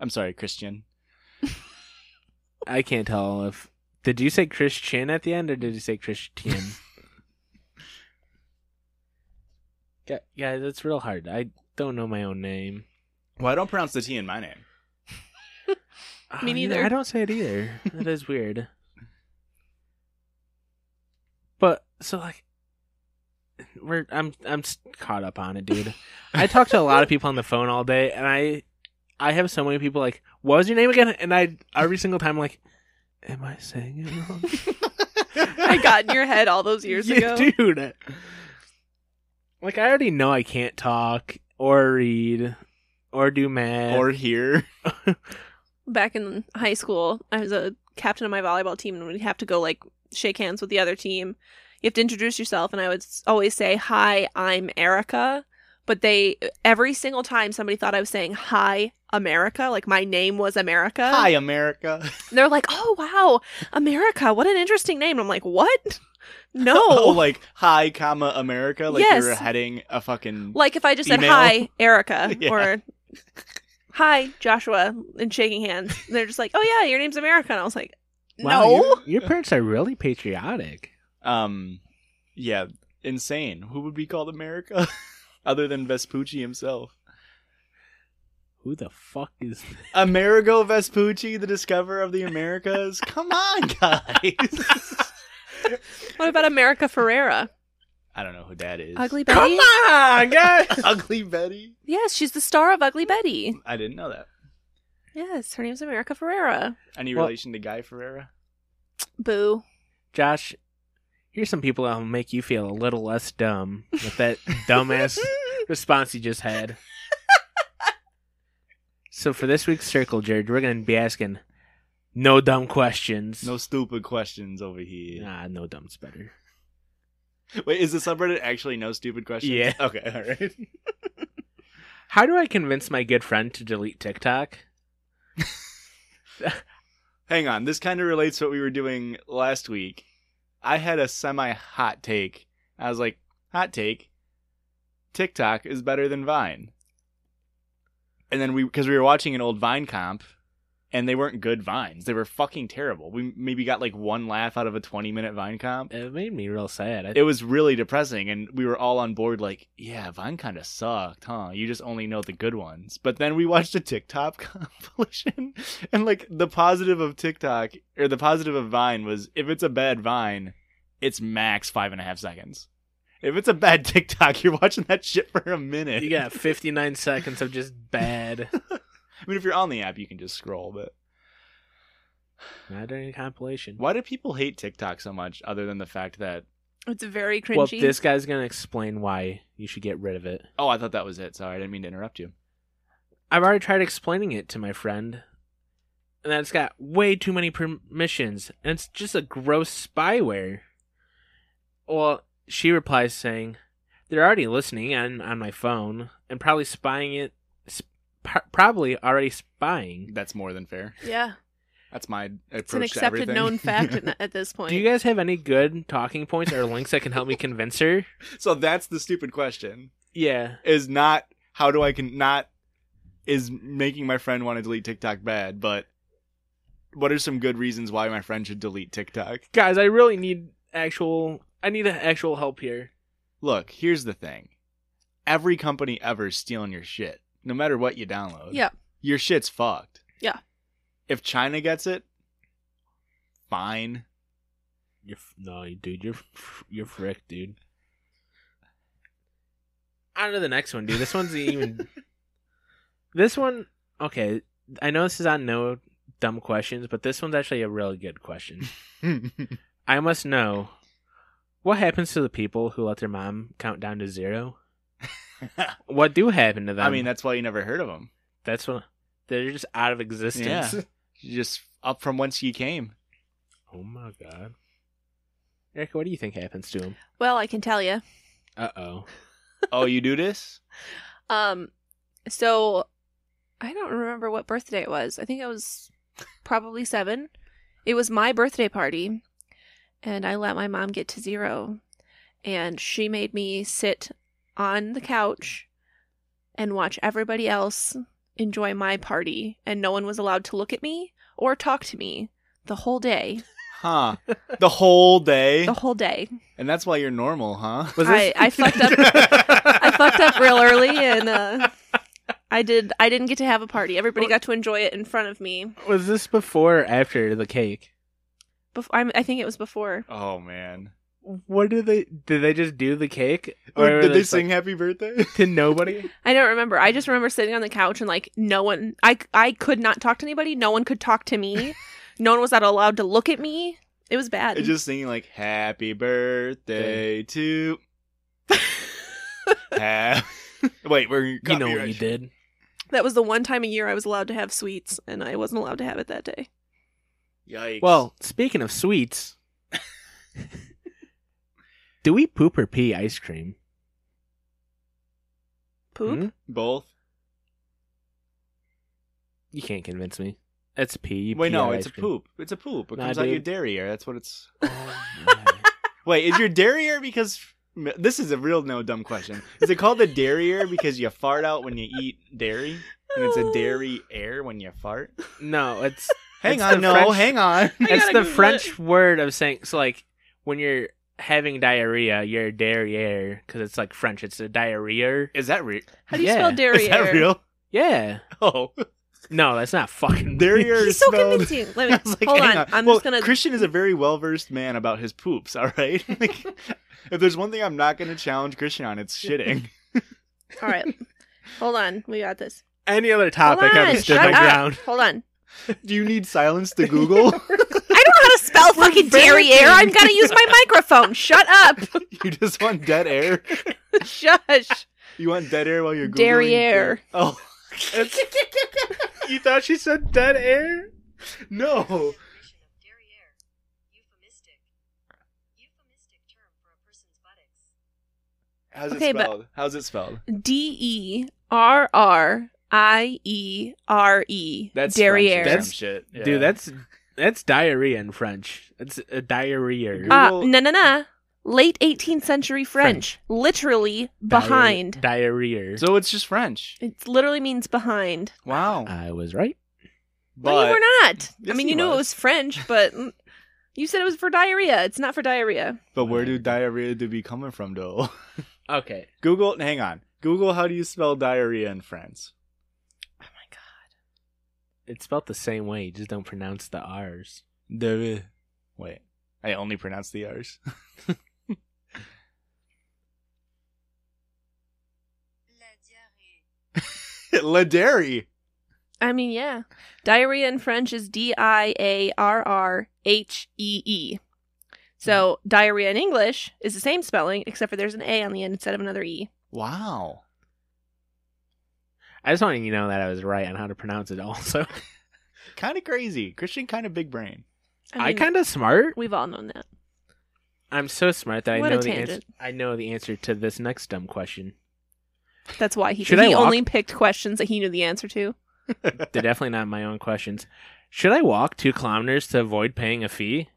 [SPEAKER 1] I'm sorry, Christian.
[SPEAKER 4] I can't tell if did you say Christian at the end or did you say Christian? Gu- Guys, it's real hard. I don't know my own name.
[SPEAKER 1] Well, I don't pronounce the T in my name.
[SPEAKER 4] Oh, yeah,
[SPEAKER 3] neither.
[SPEAKER 4] I don't say it either. That is weird. But so like, we're I'm I'm s- caught up on it, dude. I talk to a lot of people on the phone all day, and I I have so many people like, "What was your name again?" And I every single time like, "Am I saying it wrong?"
[SPEAKER 3] I got in your head all those years
[SPEAKER 4] Yeah,
[SPEAKER 3] ago.
[SPEAKER 4] dude. Like I already know I can't talk or read or do math.
[SPEAKER 1] Or here.
[SPEAKER 3] Back in high school, I was a captain of my volleyball team, and we'd have to go like shake hands with the other team. You have to introduce yourself, and I would s- always say, "Hi, I'm Erica." But they every single time somebody thought I was saying "Hi, America," like my name was America.
[SPEAKER 1] Hi, America.
[SPEAKER 3] And they're like, "Oh wow, America! What an interesting name." I'm like, "What? No."
[SPEAKER 1] Oh, like hi, comma America. Like
[SPEAKER 3] Yes.
[SPEAKER 1] you were heading a fucking.
[SPEAKER 3] Like if I just said
[SPEAKER 1] Email.
[SPEAKER 3] hi, Erica,
[SPEAKER 1] Yeah.
[SPEAKER 3] or hi, Joshua, and shaking hands. And they're just like, oh yeah, your name's America, and I was like,
[SPEAKER 4] Wow,
[SPEAKER 3] no,
[SPEAKER 4] your- your parents are really patriotic.
[SPEAKER 1] Um, yeah, insane. Who would be called America other than Vespucci himself?
[SPEAKER 4] Who the fuck is
[SPEAKER 1] Amerigo Vespucci, the discoverer of the Americas. Come on, guys.
[SPEAKER 3] what about America Ferrera,
[SPEAKER 1] I don't know who that is.
[SPEAKER 3] Ugly Betty?
[SPEAKER 4] on, guys?
[SPEAKER 1] Ugly Betty.
[SPEAKER 3] Yes, she's the star of Ugly Betty.
[SPEAKER 1] I didn't know that.
[SPEAKER 3] Yes, her name's America Ferrera.
[SPEAKER 1] Any
[SPEAKER 4] Well-
[SPEAKER 1] relation to Guy Ferreira?
[SPEAKER 3] Boo.
[SPEAKER 4] Josh, here's some people that'll make you feel a little less dumb with that dumbass response you just had. so for this week's circle, Jared, we're gonna be asking no dumb questions.
[SPEAKER 1] No stupid questions over here.
[SPEAKER 4] nah, no dumb's better.
[SPEAKER 1] Wait, is the subreddit actually no stupid questions?
[SPEAKER 4] Yeah.
[SPEAKER 1] Okay, all right.
[SPEAKER 4] How do I convince my good friend to delete TikTok?
[SPEAKER 1] Hang on. This kind of relates to what we were doing last week. I had a semi hot take. I was like, hot take. TikTok is better than Vine. And then we, because we were watching an old Vine comp, and they weren't good vines. They were fucking terrible. We maybe got like one laugh out of a 20 minute Vine comp.
[SPEAKER 4] It made me real sad. I,
[SPEAKER 1] It was really depressing, and we were all on board like, yeah, Vine kind of sucked, huh? You just only know the good ones. But then we watched a TikTok compilation, and like the positive of TikTok or the positive of Vine was if it's a bad Vine, it's max five and a half seconds. If it's a bad TikTok, you're watching that shit for a minute.
[SPEAKER 4] you got 59 seconds of just bad.
[SPEAKER 1] I mean, if you're on the app, you can just scroll, but
[SPEAKER 4] Not during a compilation.
[SPEAKER 1] why do people hate TikTok so much other than the fact that,
[SPEAKER 3] It's very cringy.
[SPEAKER 4] Well, this guy's gonna explain why you should get rid of it.
[SPEAKER 1] oh, I thought that was it. Sorry, I didn't mean to interrupt you.
[SPEAKER 4] I've already tried explaining it to my friend, and that's got way too many permissions, and it's just a gross spyware. Well, she replies saying, "They're already listening on on my phone and probably spying it, sp- pro- probably already spying."
[SPEAKER 1] That's more than fair.
[SPEAKER 3] yeah,
[SPEAKER 1] That's my approach
[SPEAKER 3] it's an
[SPEAKER 1] to
[SPEAKER 3] accepted
[SPEAKER 1] everything.
[SPEAKER 3] known fact at, at this point.
[SPEAKER 4] Do you guys have any good talking points or links that can help me convince her?
[SPEAKER 1] So that's the stupid question.
[SPEAKER 4] Yeah,
[SPEAKER 1] Is not how do I can not is making my friend want to delete TikTok bad, but what are some good reasons why my friend should delete TikTok?
[SPEAKER 4] guys, I really need actual. I need actual help here.
[SPEAKER 1] Look, here's the thing. Every company ever is stealing your shit, no matter what you download.
[SPEAKER 3] Yeah.
[SPEAKER 1] Your shit's fucked.
[SPEAKER 3] Yeah.
[SPEAKER 1] If China gets it, fine.
[SPEAKER 4] You're f- no, dude. You're f- you're frick, dude. On to the next one, dude. This one's even. this one, okay. I know this is on no dumb questions, but this one's actually a really good question. I must know what happens to the people who let their mom count down to zero. What do happen to them?
[SPEAKER 1] I mean, that's why you never heard of them.
[SPEAKER 4] that's what they're just out of existence.
[SPEAKER 1] Yeah. Just up from whence you came.
[SPEAKER 4] Oh my god. Erica, what do you think happens to him?
[SPEAKER 3] Well, I can tell you.
[SPEAKER 4] Uh oh.
[SPEAKER 1] oh, you do this?
[SPEAKER 3] Um, so I don't remember what birthday it was. I think it was probably seven. It was my birthday party, and I let my mom get to zero, and she made me sit on the couch and watch everybody else enjoy my party, and no one was allowed to look at me or talk to me the whole day.
[SPEAKER 1] Huh. The whole day.
[SPEAKER 3] The whole day.
[SPEAKER 1] And that's why you're normal, huh?
[SPEAKER 4] Was
[SPEAKER 3] I- I fucked up- I fucked up real early and uh, I did. I didn't get to have a party. Everybody got to enjoy it in front of me.
[SPEAKER 4] Was this before or after the cake?
[SPEAKER 3] Bef- I'm, I think it was before.
[SPEAKER 1] Oh man.
[SPEAKER 4] What did they? Did they just do the cake?
[SPEAKER 1] Or
[SPEAKER 4] were
[SPEAKER 1] did they
[SPEAKER 4] just, like,
[SPEAKER 1] sing happy birthday?
[SPEAKER 4] to nobody?
[SPEAKER 3] I don't remember. I just remember sitting on the couch and like no one. I I could not talk to anybody. No one could talk to me. no one was that allowed to look at me. It was bad.
[SPEAKER 1] It's just singing like happy birthday to Ha- Wait, we're
[SPEAKER 4] You know what
[SPEAKER 1] copyright.
[SPEAKER 4] you did.
[SPEAKER 3] that was the one time a year I was allowed to have sweets, and I wasn't allowed to have it that day.
[SPEAKER 1] Yikes.
[SPEAKER 4] Well, speaking of sweets, do we poop or pee ice cream?
[SPEAKER 3] Poop.
[SPEAKER 4] Hmm?
[SPEAKER 1] both.
[SPEAKER 4] You can't convince me. That's pee. You
[SPEAKER 1] Wait,
[SPEAKER 4] pee
[SPEAKER 1] no,
[SPEAKER 4] out
[SPEAKER 1] it's a
[SPEAKER 4] ice cream.
[SPEAKER 1] poop. It's a poop. It
[SPEAKER 4] Nah,
[SPEAKER 1] comes out your
[SPEAKER 4] dude.
[SPEAKER 1] derriere. That's what it's.
[SPEAKER 4] Oh, my.
[SPEAKER 1] Wait, is your derriere because this is a real no dumb question? Is it called the derriere because you fart out when you eat dairy, and it's a
[SPEAKER 3] Oh.
[SPEAKER 1] dairy air when you fart?
[SPEAKER 4] no, it's
[SPEAKER 1] Hang
[SPEAKER 4] It's
[SPEAKER 1] on,
[SPEAKER 4] the
[SPEAKER 1] no,
[SPEAKER 4] French-
[SPEAKER 1] hang on.
[SPEAKER 4] it's
[SPEAKER 3] gotta
[SPEAKER 4] the
[SPEAKER 3] Google it.
[SPEAKER 4] French word of saying so. Like when you're having diarrhea, you're derriere because it's like French. It's a diarrhea.
[SPEAKER 1] Is that real?
[SPEAKER 3] How do you
[SPEAKER 4] Yeah.
[SPEAKER 3] spell
[SPEAKER 4] Is
[SPEAKER 3] dairy?
[SPEAKER 1] Is that real?
[SPEAKER 4] Yeah.
[SPEAKER 1] Oh,
[SPEAKER 4] No, that's not fucking
[SPEAKER 1] derriere
[SPEAKER 3] He's
[SPEAKER 1] is
[SPEAKER 3] so
[SPEAKER 1] spelled.
[SPEAKER 3] convincing. Let
[SPEAKER 1] I
[SPEAKER 3] me
[SPEAKER 1] was like,
[SPEAKER 3] hold on.
[SPEAKER 1] hang
[SPEAKER 3] I'm
[SPEAKER 1] Well,
[SPEAKER 3] just gonna.
[SPEAKER 1] Christian is a very well versed man about his poops. All right. Like, if there's one thing I'm not going to challenge Christian on, it's shitting.
[SPEAKER 3] All right. Hold on. We got this.
[SPEAKER 4] Any other topic,
[SPEAKER 3] hold on.
[SPEAKER 4] I've stood
[SPEAKER 3] shut
[SPEAKER 4] my
[SPEAKER 3] up.
[SPEAKER 4] ground.
[SPEAKER 3] Hold on.
[SPEAKER 1] Do you need silence to Google?
[SPEAKER 3] I don't know how to spell fucking derriere. I'm gonna use my microphone. Shut up.
[SPEAKER 1] you just want dead air.
[SPEAKER 3] Shush.
[SPEAKER 1] You want dead air while you're googling
[SPEAKER 3] Derriere.
[SPEAKER 1] der- oh,
[SPEAKER 4] You thought she said dead air?
[SPEAKER 1] no.
[SPEAKER 5] definition of derriere. Euphemistic. Euphemistic term for a person's buttocks.
[SPEAKER 1] How's
[SPEAKER 3] Okay,
[SPEAKER 1] it
[SPEAKER 3] but-
[SPEAKER 1] spelled? How's it spelled?
[SPEAKER 3] D E R R I E R E.
[SPEAKER 1] That's
[SPEAKER 3] derriere.
[SPEAKER 1] French or some
[SPEAKER 4] That's-
[SPEAKER 1] shit, Yeah.
[SPEAKER 4] Dude, that's that's diarrhea in French. It's a diarrhea.
[SPEAKER 1] Uh,
[SPEAKER 3] Ah,
[SPEAKER 1] Google-
[SPEAKER 3] na na na. Late 18th century French. Literally behind.
[SPEAKER 4] diarrhea.
[SPEAKER 1] so it's just French.
[SPEAKER 3] it literally means behind.
[SPEAKER 1] Wow.
[SPEAKER 4] I was right.
[SPEAKER 1] but
[SPEAKER 3] no, you Uh, were not.
[SPEAKER 1] Yes,
[SPEAKER 3] I mean,
[SPEAKER 1] he
[SPEAKER 3] you knew
[SPEAKER 1] was.
[SPEAKER 3] it was French, but mm, you said it was for diarrhea. It's not for diarrhea.
[SPEAKER 1] but where do diarrhea to be coming from though?
[SPEAKER 4] Okay.
[SPEAKER 1] Google. Hang on. Google. How do you spell diarrhea in France?
[SPEAKER 3] Oh my god.
[SPEAKER 4] It's spelled the same way, you just don't pronounce the R's.
[SPEAKER 1] Diarrhea. Wait. I only pronounce the R's.
[SPEAKER 5] La diarrhée.
[SPEAKER 1] La dairy.
[SPEAKER 3] I mean, yeah. Diarrhea in French is D I A R R H E E. So
[SPEAKER 4] Mm-hmm.
[SPEAKER 3] diarrhea in English is the same spelling, except for there's an A on the end instead of another E.
[SPEAKER 1] Wow.
[SPEAKER 4] I just wanted you to know that I was right on how to pronounce it also.
[SPEAKER 1] Kind of crazy. Christian kind of big brain.
[SPEAKER 4] I,
[SPEAKER 3] mean,
[SPEAKER 4] kinda smart.
[SPEAKER 3] We've all known that.
[SPEAKER 4] I'm so smart that I
[SPEAKER 3] What a
[SPEAKER 4] know the answer
[SPEAKER 3] tangent.
[SPEAKER 4] I know the answer to this next dumb question.
[SPEAKER 3] That's why he
[SPEAKER 4] Should I
[SPEAKER 3] he
[SPEAKER 4] walk?
[SPEAKER 3] only picked questions that he knew the answer to.
[SPEAKER 4] They're definitely not my own questions. Should I walk two kilometers to avoid paying a fee?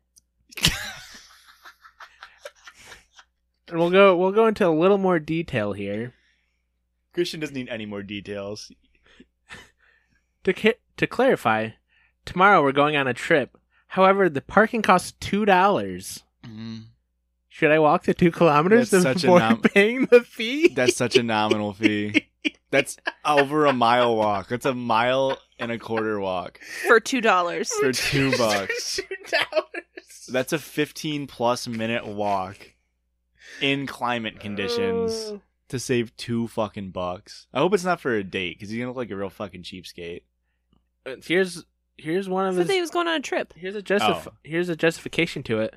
[SPEAKER 4] and we'll go we'll go into a little more detail here.
[SPEAKER 1] Christian doesn't need any more details.
[SPEAKER 4] To ca- to clarify, tomorrow we're going on a trip. However, the parking costs two dollars.
[SPEAKER 1] Mm.
[SPEAKER 4] Should I walk the two kilometers
[SPEAKER 1] That's
[SPEAKER 4] to
[SPEAKER 1] such a
[SPEAKER 4] avoid
[SPEAKER 1] nom-
[SPEAKER 4] paying the fee?
[SPEAKER 1] That's such a nominal fee. That's over a mile walk. That's a mile and a quarter walk
[SPEAKER 3] For two dollars.
[SPEAKER 1] for two bucks.
[SPEAKER 4] $2.
[SPEAKER 1] That's a 15 plus minute walk in climate conditions
[SPEAKER 4] Oh.
[SPEAKER 1] to save two fucking bucks. I hope it's not for a date because he's going to look like a real fucking cheapskate.
[SPEAKER 4] Uh, Here's here's one
[SPEAKER 3] I
[SPEAKER 4] of
[SPEAKER 3] thought
[SPEAKER 4] his.
[SPEAKER 3] he was going on a trip.
[SPEAKER 4] Here's a justif-
[SPEAKER 1] Oh.
[SPEAKER 4] here's a justification to it.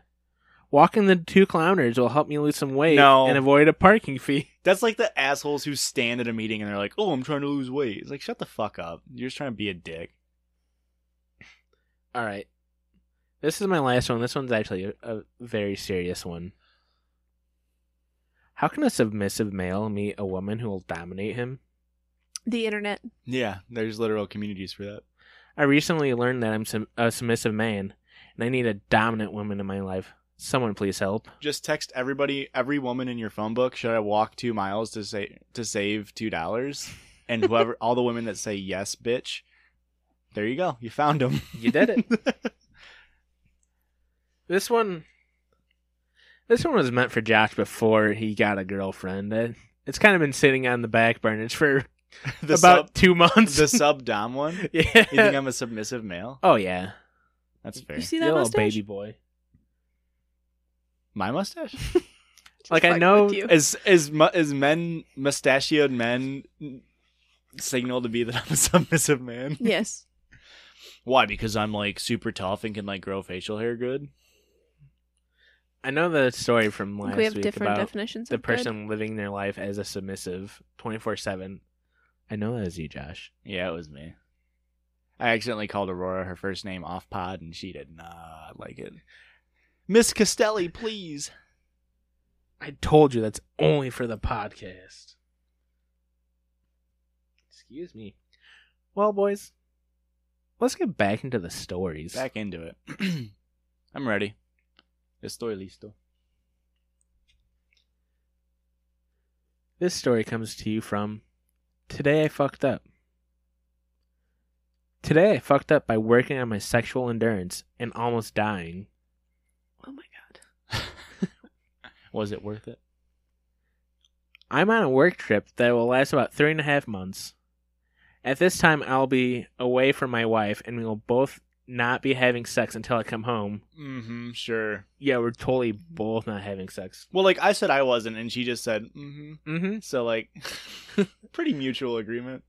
[SPEAKER 4] Walking the two kilometers will help me lose some weight
[SPEAKER 1] No.
[SPEAKER 4] and avoid a parking fee.
[SPEAKER 1] That's like the assholes who stand at a meeting and they're like, oh, I'm trying to lose weight. It's like, shut the fuck up. You're just trying to be a dick.
[SPEAKER 4] All right. This is my last one. This one's actually a, a very serious one. How can a submissive male meet a woman who will dominate him?
[SPEAKER 3] The internet.
[SPEAKER 1] Yeah, there's literal communities for that.
[SPEAKER 4] I recently learned that I'm sub- a submissive man, and I need a dominant woman in my life. Someone please help.
[SPEAKER 1] Just text everybody, every woman in your phone book. Should I walk two miles to say to save two dollars? And whoever, all the women that say yes, bitch. There you go. You found them.
[SPEAKER 4] You did it. This one, this one was meant for Josh before he got a girlfriend. It- It's kind of been sitting on the back burners for
[SPEAKER 1] the
[SPEAKER 4] about
[SPEAKER 1] sub,
[SPEAKER 4] two months.
[SPEAKER 1] the sub dom one. You
[SPEAKER 4] yeah.
[SPEAKER 1] think I'm a submissive male?
[SPEAKER 4] oh yeah,
[SPEAKER 1] That's fair.
[SPEAKER 3] You see
[SPEAKER 4] you
[SPEAKER 3] that
[SPEAKER 4] little
[SPEAKER 3] mustache?
[SPEAKER 4] baby boy.
[SPEAKER 1] My mustache.
[SPEAKER 3] Just
[SPEAKER 4] Like, I
[SPEAKER 3] fucking
[SPEAKER 4] know-
[SPEAKER 3] with you.
[SPEAKER 1] Is is mu- is men mustachioed men signal to be that I'm a submissive man?
[SPEAKER 3] Yes.
[SPEAKER 1] Why? Because I'm like super tough and can like grow facial hair good.
[SPEAKER 4] I know the story from last
[SPEAKER 3] we have
[SPEAKER 4] week
[SPEAKER 3] different
[SPEAKER 4] about
[SPEAKER 3] definitions.
[SPEAKER 4] the
[SPEAKER 3] of good.
[SPEAKER 4] person living their life as a submissive, twenty four seven. I know that is you, Josh.
[SPEAKER 1] Yeah, it was me. I accidentally called Aurora her first name off pod, and she did not like it. Miss Castelli, please.
[SPEAKER 4] I told you that's only for the podcast. Excuse me. Well, boys, let's get back into the stories.
[SPEAKER 1] Back into it. I'm ready. Estoy listo.
[SPEAKER 4] This story comes to you from Today I Fucked Up. Today I fucked up by working on my sexual endurance and almost dying.
[SPEAKER 3] Oh my god.
[SPEAKER 1] Was it worth it?
[SPEAKER 4] I'm on a work trip that will last about three and a half months. At this time, I'll be away from my wife, and we will both not be having sex until I come home.
[SPEAKER 1] Mm-hmm. Sure.
[SPEAKER 4] Yeah, we're totally both not having sex.
[SPEAKER 1] Well, like I said, I wasn't, and she just said, mm-hmm.
[SPEAKER 4] Mm-hmm.
[SPEAKER 1] So like, pretty mutual agreement.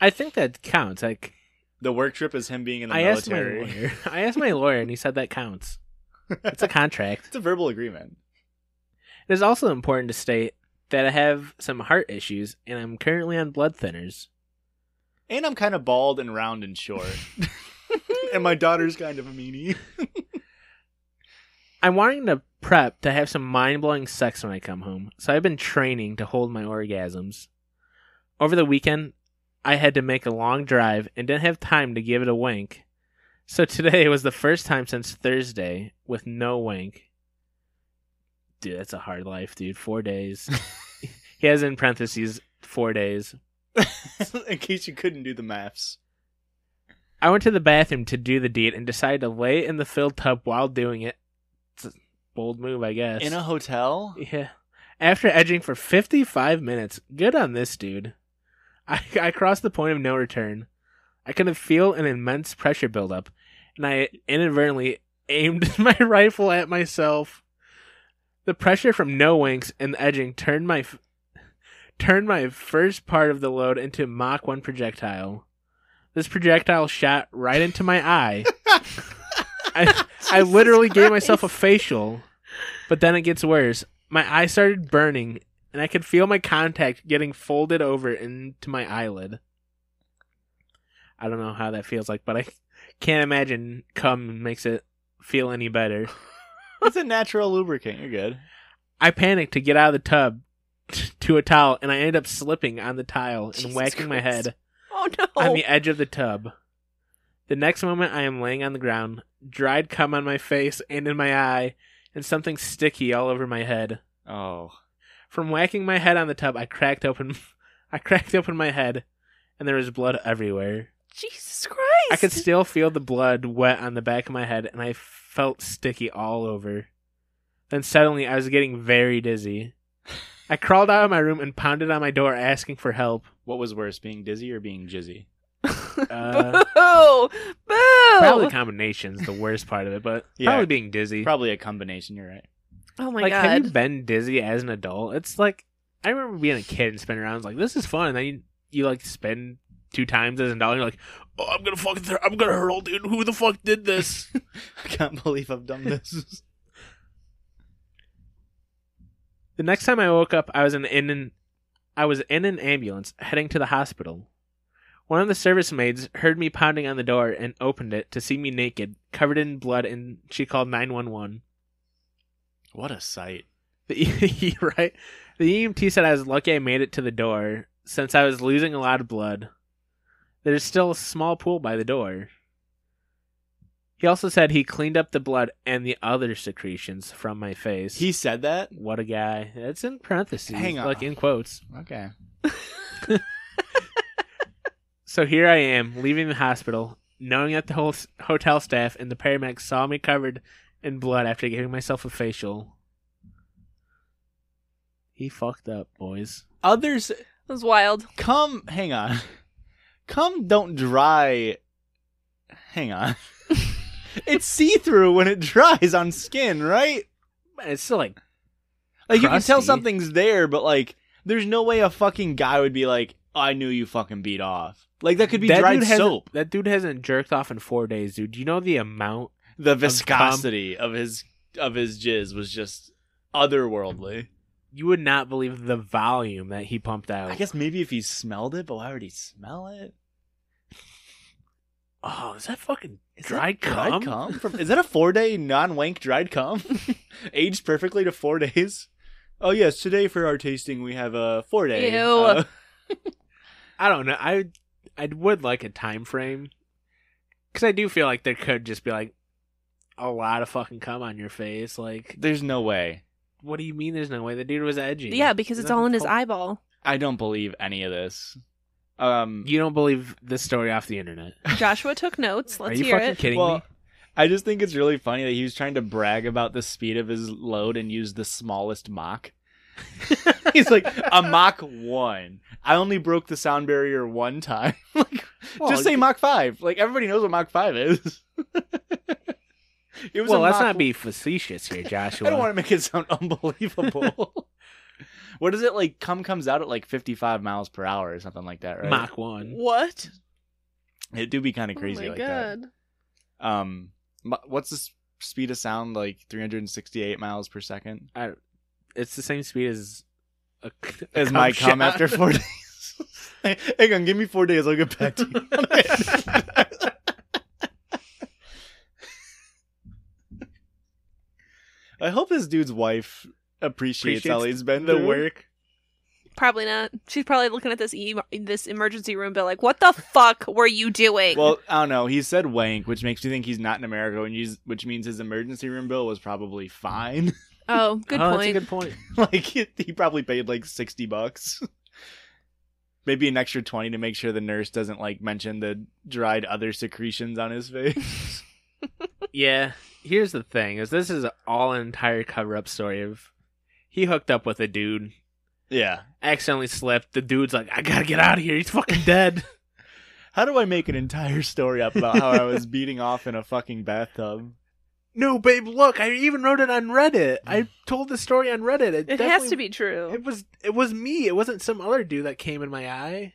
[SPEAKER 4] I think that counts. Like
[SPEAKER 1] The work trip is him being in the
[SPEAKER 4] I asked my
[SPEAKER 1] military.
[SPEAKER 4] lawyer. I asked my lawyer, and he said that counts. It's a contract.
[SPEAKER 1] it's a verbal agreement.
[SPEAKER 4] It is also important to state that I have some heart issues and I'm currently on blood thinners.
[SPEAKER 1] And I'm kind of bald and round and short. and my daughter's kind of a meanie.
[SPEAKER 4] I'm wanting to prep to have some mind blowing sex when I come home, so I've been training to hold my orgasms. Over the weekend, I had to make a long drive and didn't have time to give it a wink. So today was the first time since Thursday with no wink. Dude, that's a hard life, dude. Four days. he has in parentheses four days.
[SPEAKER 1] in case you couldn't do the maths.
[SPEAKER 4] I went to the bathroom to do the deed and decided to lay in the filled tub while doing it. It's a bold move, I guess.
[SPEAKER 1] In a hotel?
[SPEAKER 4] yeah. After edging for 55 minutes, good on this dude. I, I crossed the point of no return. I could feel an immense pressure buildup, and I inadvertently aimed my rifle at myself. The pressure from no winks and the edging turned my f- turned my first part of the load into a Mach 1 projectile. This projectile shot right into my eye. I, I literally gave myself a facial, but then it gets worse. My eye started burning, and I could feel my contact getting folded over into my eyelid. I don't know how that feels like, but I can't imagine cum makes it feel any better.
[SPEAKER 1] It's a natural lubricant. You're good.
[SPEAKER 4] I panicked to get out of the tub to a towel, and I ended up slipping on the tile and
[SPEAKER 3] Jesus
[SPEAKER 4] whacking my
[SPEAKER 3] Christ.
[SPEAKER 4] head
[SPEAKER 3] Oh no.
[SPEAKER 4] on the edge of the tub. The next moment, I am laying on the ground, dried cum on my face and in my eye, and something sticky all over my head.
[SPEAKER 1] Oh.
[SPEAKER 4] From whacking my head on the tub, I cracked open, I cracked open my head, and there was blood everywhere.
[SPEAKER 3] Jesus Christ.
[SPEAKER 4] I could still feel the blood wet on the back of my head, and I felt sticky all over. Then suddenly, I was getting very dizzy. I crawled out of my room and pounded on my door, asking for help.
[SPEAKER 1] What was worse, being dizzy or being jizzy?
[SPEAKER 4] Uh,
[SPEAKER 3] Boo! Boo!
[SPEAKER 4] Probably combinations, the worst part of it, but
[SPEAKER 1] Yeah.
[SPEAKER 4] probably being dizzy.
[SPEAKER 1] Probably a combination. You're right.
[SPEAKER 3] oh my
[SPEAKER 4] like,
[SPEAKER 3] god.
[SPEAKER 4] have you been dizzy as an adult? It's like I remember being a kid and spinning around. I was like, this is fun. And then you, you like spin two times as an adult. You're like, oh, I'm gonna fucking, th- I'm gonna hurl, dude. Who the fuck did this?
[SPEAKER 1] I can't believe I've done this.
[SPEAKER 4] the next time I woke up, I was in, in an, I was in an ambulance heading to the hospital. One of the service maids heard me pounding on the door and opened it to see me naked, covered in blood, and she called 911.
[SPEAKER 1] What a sight.
[SPEAKER 4] The E, right? The EMT said I was lucky I made it to the door since I was losing a lot of blood. There's still a small pool by the door. He also said he cleaned up the blood and the other secretions from my face.
[SPEAKER 1] He said that?
[SPEAKER 4] what a guy. That's in parentheses.
[SPEAKER 1] Hang on.
[SPEAKER 4] Like in quotes.
[SPEAKER 1] Okay.
[SPEAKER 4] So here I am, leaving the hospital, knowing that the whole s- hotel staff and the paramedics saw me covered in blood after giving myself a facial. He fucked up, boys.
[SPEAKER 1] Others
[SPEAKER 3] It was wild.
[SPEAKER 1] come hang on. Come don't dry hang on. it's see through when it dries on skin, right?
[SPEAKER 4] But It's still like,
[SPEAKER 1] Like you can tell
[SPEAKER 4] Crusty.
[SPEAKER 1] something's there, but like there's no way a fucking guy would be like, "Oh, I knew you fucking beat off. Like that could be
[SPEAKER 4] that
[SPEAKER 1] dried
[SPEAKER 4] dude hasn't-
[SPEAKER 1] soap.
[SPEAKER 4] That dude hasn't jerked off in four days, dude. Do you know the amount?
[SPEAKER 1] The viscosity of his of his jizz was just otherworldly.
[SPEAKER 4] You would not believe the volume that he pumped out.
[SPEAKER 1] I guess maybe if he smelled it, but why would he smell it?
[SPEAKER 4] Oh, is that fucking
[SPEAKER 1] Is that
[SPEAKER 4] dried
[SPEAKER 1] dried
[SPEAKER 4] cum?
[SPEAKER 1] cum? From, is that a four day non wank dried cum? Aged perfectly to four days? Oh, yes. Today for our tasting, we have a four day.
[SPEAKER 3] Ew.
[SPEAKER 1] uh,
[SPEAKER 4] I don't know. I I would like a time frame because I do feel like there could just be like a lot of fucking cum on your face. Like,
[SPEAKER 1] there's no way.
[SPEAKER 4] what do you mean? There's no way the dude was edgy.
[SPEAKER 3] Yeah, because it's all in his eyeball.
[SPEAKER 1] I don't believe any of this. Um,
[SPEAKER 4] You don't believe this story off the internet?
[SPEAKER 3] Joshua took notes. Let's
[SPEAKER 4] Are you
[SPEAKER 3] hear
[SPEAKER 4] fucking
[SPEAKER 3] it.
[SPEAKER 4] kidding
[SPEAKER 1] well,
[SPEAKER 4] me?
[SPEAKER 1] I just think it's really funny that he was trying to brag about the speed of his load and used the smallest Mach. He's like a Mach one. I only broke the sound barrier one time. like,
[SPEAKER 4] Well,
[SPEAKER 1] just say Mach five. Like everybody knows what Mach five is. it was
[SPEAKER 4] Well,
[SPEAKER 1] a
[SPEAKER 4] let's
[SPEAKER 1] Mach-
[SPEAKER 4] not be facetious here, Joshua.
[SPEAKER 1] I don't want to make it sound unbelievable. what is it like? Cum comes out at like fifty-five miles per hour or something like that, right?
[SPEAKER 4] Mach one.
[SPEAKER 3] What?
[SPEAKER 1] It do be kind of crazy
[SPEAKER 3] oh my
[SPEAKER 1] like that.
[SPEAKER 3] god.
[SPEAKER 1] Um, mu- what's the s- speed of sound like? 368 miles per second
[SPEAKER 4] It's the same speed as a, a
[SPEAKER 1] is my
[SPEAKER 4] shot.
[SPEAKER 1] cum after four days. Hang on, give me four days. I'll get back to you. on it. I hope this dude's wife appreciates,
[SPEAKER 4] Appreciates
[SPEAKER 1] how he's been
[SPEAKER 4] the
[SPEAKER 1] through.
[SPEAKER 4] work.
[SPEAKER 3] Probably not. She's probably looking at this e- this emergency room bill like, what the fuck were you doing?
[SPEAKER 1] Well, I don't know. He said wank, which makes me think he's not in America, and he's, which means his emergency room bill was probably fine.
[SPEAKER 3] oh, good
[SPEAKER 4] oh, That's a
[SPEAKER 3] point.
[SPEAKER 4] good point.
[SPEAKER 1] like he, he probably paid like 60 bucks maybe an extra 20 to make sure the nurse doesn't like mention the dried other secretions on his face
[SPEAKER 4] Yeah. Here's the thing: is this is all an entire cover-up story of he hooked up with a dude,
[SPEAKER 1] yeah
[SPEAKER 4] accidentally slipped. The dude's like, "I gotta get out of here. He's fucking dead."
[SPEAKER 1] how do i make an entire story up about how i was beating off in a fucking bathtub
[SPEAKER 4] no, babe, look, I even wrote it on Reddit. I told the story on Reddit.
[SPEAKER 3] it
[SPEAKER 4] It,
[SPEAKER 3] has
[SPEAKER 4] definitely-
[SPEAKER 3] to be true.
[SPEAKER 4] It was it was me. It wasn't some other dude that came in my eye.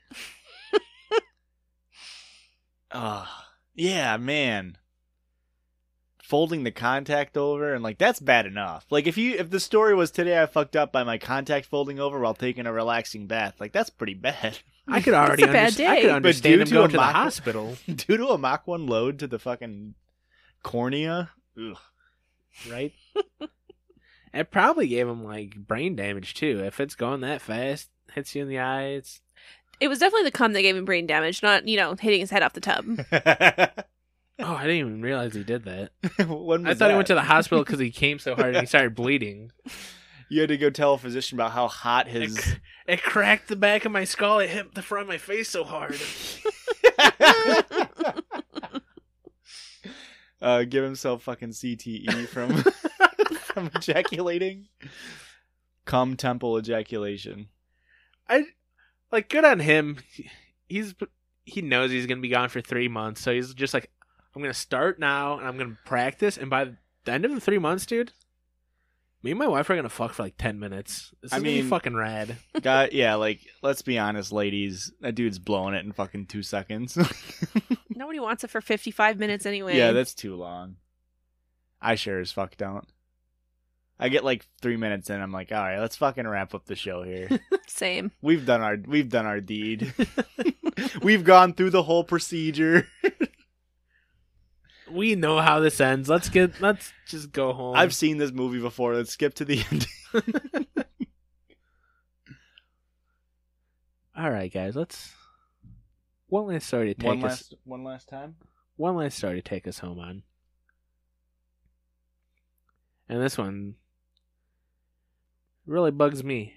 [SPEAKER 1] Ugh. yeah man folding the contact over and like that's bad enough like if you if the story was today i fucked up by my contact folding over while taking a relaxing bath like that's pretty bad
[SPEAKER 4] I could already
[SPEAKER 3] a bad
[SPEAKER 4] understand. I
[SPEAKER 3] day.
[SPEAKER 4] could
[SPEAKER 3] But
[SPEAKER 4] understand
[SPEAKER 1] due
[SPEAKER 4] him
[SPEAKER 1] to
[SPEAKER 4] going
[SPEAKER 1] a
[SPEAKER 4] to the
[SPEAKER 1] mock-
[SPEAKER 4] hospital,
[SPEAKER 1] due to a Mach 1 load to the fucking cornea. Ugh.
[SPEAKER 4] right? it probably gave him like brain damage too. If it's going that fast, hits you in the eye. It's
[SPEAKER 3] It was definitely the cum that gave him brain damage, not, you know, hitting his head off the tub.
[SPEAKER 4] oh, I didn't even realize he did that.
[SPEAKER 1] when was
[SPEAKER 4] I thought he went to the hospital because he came so hard and he started bleeding.
[SPEAKER 1] You had to go tell a physician about how hot his.
[SPEAKER 4] It, it cracked the back of my skull. It hit the front of my face so hard.
[SPEAKER 1] uh, give himself fucking CTE from from ejaculating. Cum temple ejaculation.
[SPEAKER 4] I like good on him. He's he knows he's gonna be gone for three months, so he's just like, I'm gonna start now and I'm gonna practice. And by the end of the three months, dude, me and my wife are gonna fuck for like ten minutes. This is
[SPEAKER 1] I
[SPEAKER 4] gonna be
[SPEAKER 1] mean-
[SPEAKER 4] fucking rad.
[SPEAKER 1] God, yeah, like let's be honest, ladies, that dude's blowing it in fucking two seconds.
[SPEAKER 3] Nobody wants it for 55 minutes anyway.
[SPEAKER 1] Yeah, that's too long. I sure as fuck don't. I get like three minutes in. I'm like, all right, let's fucking wrap up the show here.
[SPEAKER 3] Same.
[SPEAKER 1] we've done our we've done our deed. we've gone through the whole procedure.
[SPEAKER 4] We know how this ends. Let's get. Let's just go home.
[SPEAKER 1] I've seen this movie before. Let's skip to the end.
[SPEAKER 4] All right, guys. Let's one last story to take
[SPEAKER 1] one
[SPEAKER 4] us.
[SPEAKER 1] last one last time.
[SPEAKER 4] one last story to take us home on. And this one really bugs me.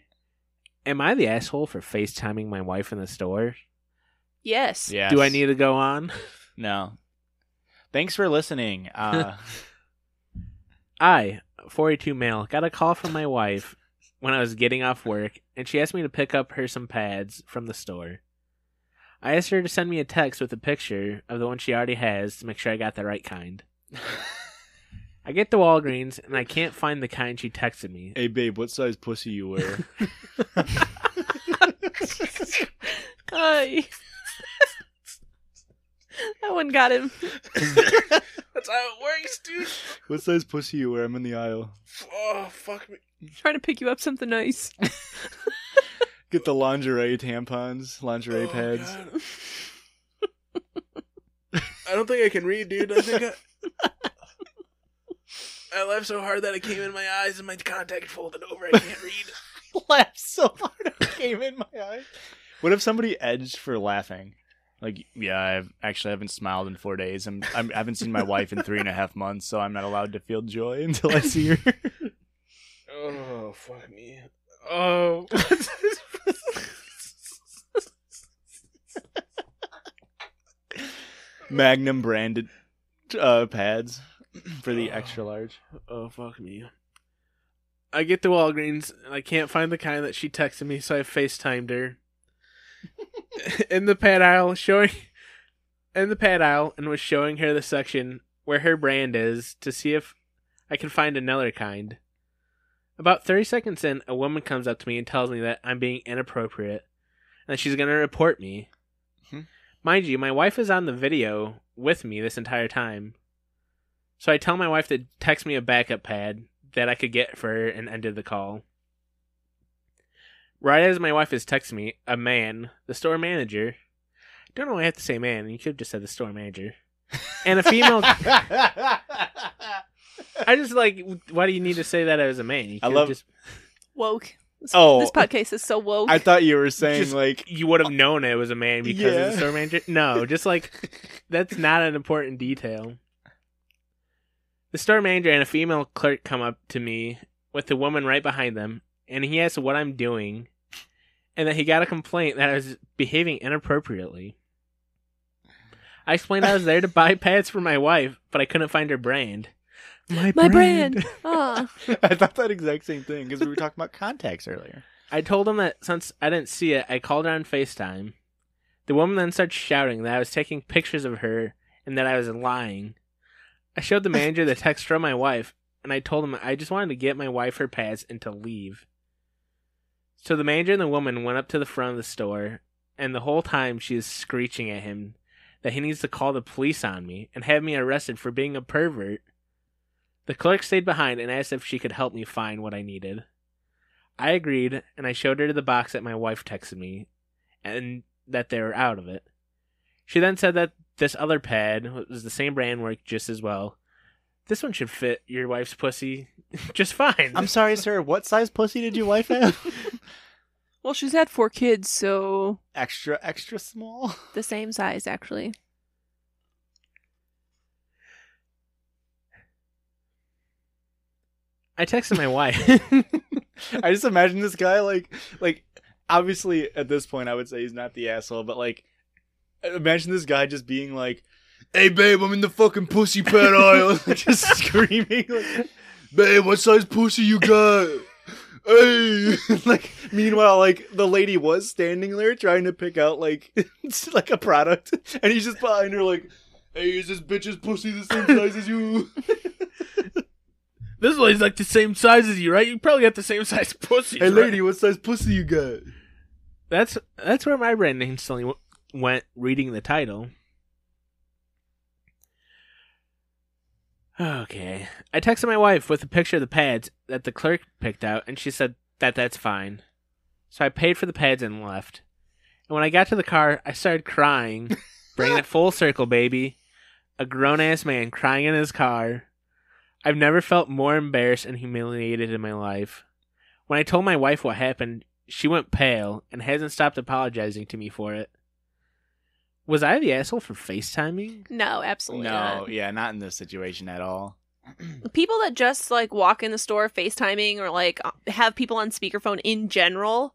[SPEAKER 4] Am I the asshole for FaceTiming my wife in the store?
[SPEAKER 3] Yes.
[SPEAKER 1] Yeah.
[SPEAKER 4] Do I need to go on?
[SPEAKER 1] No. Thanks for listening. Uh,
[SPEAKER 4] I, 42 male, got a call from my wife when I was getting off work, and she asked me to pick up her some pads from the store. I asked her to send me a text with a picture of the one she already has to make sure I got the right kind. I get to Walgreens and I can't find the kind she texted me.
[SPEAKER 1] hey babe, what size pussy you wear?
[SPEAKER 3] Ay. that one got him.
[SPEAKER 4] That's how it works, dude.
[SPEAKER 1] what size pussy you wear? I'm in the aisle.
[SPEAKER 4] Oh, fuck me.
[SPEAKER 3] Trying to pick you up something nice.
[SPEAKER 1] Get the lingerie tampons, lingerie
[SPEAKER 4] Oh,
[SPEAKER 1] pads.
[SPEAKER 4] I don't think I can read, dude. I think I, I laughed so hard that it came in my eyes and my contact folded over. I can't read.
[SPEAKER 1] laughed so hard it came in my eyes. What if somebody edged for laughing? Like, yeah, I've actually I haven't smiled in four days. I'm, I'm I haven't seen my wife in three and a half months, so I'm not allowed to feel joy until I see her.
[SPEAKER 4] Oh fuck me. Oh.
[SPEAKER 1] Magnum branded uh, pads for the extra large.
[SPEAKER 4] oh fuck me. I get to Walgreens and I can't find the kind that she texted me, so I FaceTimed her. in the pad aisle, showing in the pad aisle and was showing her the section where her brand is to see if I can find another kind. About 30 seconds in, a woman comes up to me and tells me that I'm being inappropriate and that she's going to report me.
[SPEAKER 1] Hmm.
[SPEAKER 4] Mind you, my wife is on the video with me this entire time. So I tell my wife to text me a backup pad that I could get for her and ended the call. Right as my wife is texting me, a man, the store manager, don't know why I have to say man, you could have just said the store manager, and a female. I just like, why do you need to say that as a man? You
[SPEAKER 1] I
[SPEAKER 4] could've
[SPEAKER 1] love-
[SPEAKER 4] Just,
[SPEAKER 3] Woke. This,
[SPEAKER 1] Oh.
[SPEAKER 3] This podcast is so woke.
[SPEAKER 1] I thought you were saying
[SPEAKER 4] Just-
[SPEAKER 1] like
[SPEAKER 4] you would have known it was a man because of
[SPEAKER 1] Yeah.
[SPEAKER 4] the store manager. No, just like that's not an important detail. The store manager and a female clerk come up to me with the woman right behind them, and he asks what I'm doing, and that he got a complaint that I was behaving inappropriately. I explained I was there to buy pads for my wife, but I couldn't find her brand.
[SPEAKER 3] My brand. Ah.
[SPEAKER 1] I thought that exact same thing because we were talking about contacts earlier.
[SPEAKER 4] I told him that since I didn't see it, I called her on FaceTime. The woman then starts shouting that I was taking pictures of her and that I was lying. I showed the manager the text from my wife, and I told him I just wanted to get my wife her pads and to leave. So the manager and the woman went up to the front of the store, and the whole time she is screeching at him that he needs to call the police on me and have me arrested for being a pervert. The clerk stayed behind and asked if she could help me find what I needed. I agreed, and I showed her the box that my wife texted me, and that they were out of it. She then said that this other pad was the same brand, worked just as well. This one should fit your wife's pussy just fine.
[SPEAKER 1] I'm sorry, sir. What size pussy did your wife have?
[SPEAKER 3] well, she's had four kids, so
[SPEAKER 1] extra, extra small.
[SPEAKER 3] the same size, actually.
[SPEAKER 4] I texted my wife.
[SPEAKER 1] I just imagine this guy like like obviously at this point I would say he's not the asshole, but like imagine this guy just being like, Hey babe, I'm in the fucking pussy pad aisle just screaming like Babe, what size pussy you got? Hey like meanwhile like the lady was standing there trying to pick out like like a product and he's just behind her like Hey, is this bitch's pussy the same size as you?
[SPEAKER 4] This lady's like the same size as you, right? You probably got the same size pussy.
[SPEAKER 1] Hey, lady, what size pussy you got?
[SPEAKER 4] That's that's where my brain instantly w- went reading the title. Okay. I texted my wife with a picture of the pads that the clerk picked out, and she said that that's fine. So I paid for the pads and left. And when I got to the car, I started crying, bringing it full circle, baby. A grown ass man crying in his car. I've never felt more embarrassed and humiliated in my life. When I told my wife what happened, she went pale and hasn't stopped apologizing to me for it. Was I the asshole for FaceTiming?
[SPEAKER 3] No, absolutely
[SPEAKER 1] No,
[SPEAKER 3] not.
[SPEAKER 1] yeah, not in this situation at all.
[SPEAKER 3] People that just like walk in the store FaceTiming or like uh, have people on speakerphone in general,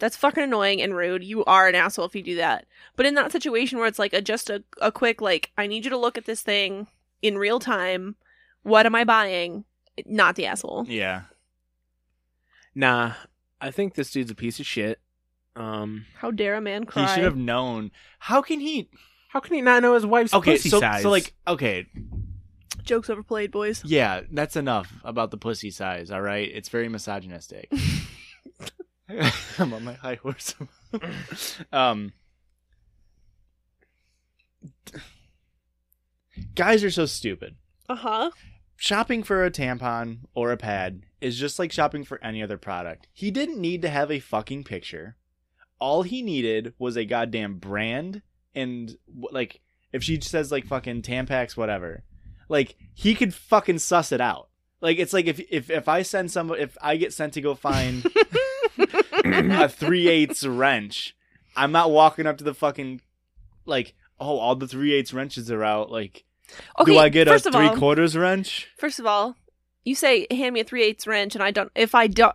[SPEAKER 3] that's fucking annoying and rude. You are an asshole if you do that. But in that situation where it's like a just a, a quick like I need you to look at this thing in real time. What am I buying? Not the asshole.
[SPEAKER 1] Yeah.
[SPEAKER 4] Nah, I think this dude's a piece of shit. Um,
[SPEAKER 3] How dare a man cry?
[SPEAKER 1] He should have known. How can he
[SPEAKER 4] how can he not know his wife's
[SPEAKER 1] Okay,
[SPEAKER 4] pussy
[SPEAKER 1] so
[SPEAKER 4] size?
[SPEAKER 1] so like okay,
[SPEAKER 3] Jokes overplayed, boys.
[SPEAKER 1] yeah, that's enough about the pussy size, all right? It's very misogynistic. I'm on my high horse. um Guys are so stupid.
[SPEAKER 3] Uh huh.
[SPEAKER 1] shopping for a tampon or a pad is just like shopping for any other product. He didn't need to have a fucking picture. All he needed was a goddamn brand and wh- like if she says like fucking Tampax whatever, like he could fucking suss it out. Like it's like if if if I send some if I get sent to go find a three eighths wrench, I'm not walking up to the fucking like oh all the three eighths wrenches are out. Like
[SPEAKER 3] Okay.
[SPEAKER 1] do I get a
[SPEAKER 3] first of
[SPEAKER 1] three
[SPEAKER 3] all-
[SPEAKER 1] quarters wrench?
[SPEAKER 3] First of all, you say hand me a three eighths wrench, and I don't. If I don't,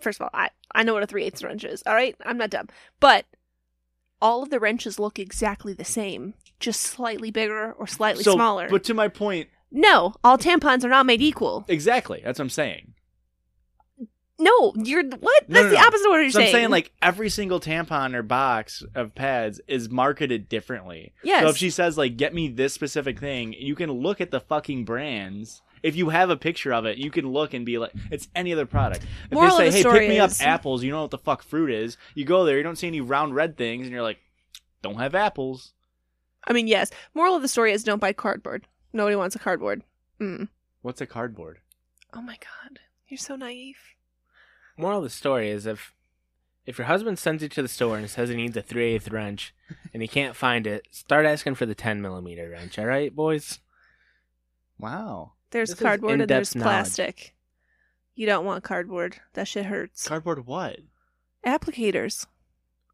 [SPEAKER 3] first of all, I I know what a three eighths wrench is. All right, I'm not dumb. But all of the wrenches look exactly the same, just slightly bigger or slightly smaller.
[SPEAKER 1] But to my point,
[SPEAKER 3] no, all tampons are not made equal.
[SPEAKER 1] exactly. That's what I'm saying.
[SPEAKER 3] No, you're what?
[SPEAKER 1] No,
[SPEAKER 3] That's
[SPEAKER 1] no,
[SPEAKER 3] the
[SPEAKER 1] no.
[SPEAKER 3] opposite of what you're
[SPEAKER 1] So
[SPEAKER 3] saying.
[SPEAKER 1] I'm saying like every single tampon or box of pads is marketed differently.
[SPEAKER 3] Yes.
[SPEAKER 1] So if she says like get me this specific thing, you can look at the fucking brands. If you have a picture of it, you can look and be like, it's any other product. If
[SPEAKER 3] Moral of
[SPEAKER 1] they say,
[SPEAKER 3] the
[SPEAKER 1] hey,
[SPEAKER 3] story
[SPEAKER 1] pick me up
[SPEAKER 3] is-
[SPEAKER 1] apples, you don't know what the fuck fruit is. You go there, you don't see any round red things, and you're like, don't have apples.
[SPEAKER 3] I mean, yes. Moral of the story is don't buy cardboard. Nobody wants a cardboard. Mm.
[SPEAKER 1] What's a cardboard?
[SPEAKER 3] Oh my god, you're so naive.
[SPEAKER 4] moral of the story is if if your husband sends you to the store and says he needs a three eighth wrench and he can't find it, start asking for the ten millimeter wrench. All right, boys.
[SPEAKER 1] Wow.
[SPEAKER 3] There's
[SPEAKER 4] This is
[SPEAKER 3] cardboard and there's
[SPEAKER 4] in-depth knowledge.
[SPEAKER 3] plastic. You don't want cardboard. That shit hurts.
[SPEAKER 1] Cardboard what?
[SPEAKER 3] Applicators.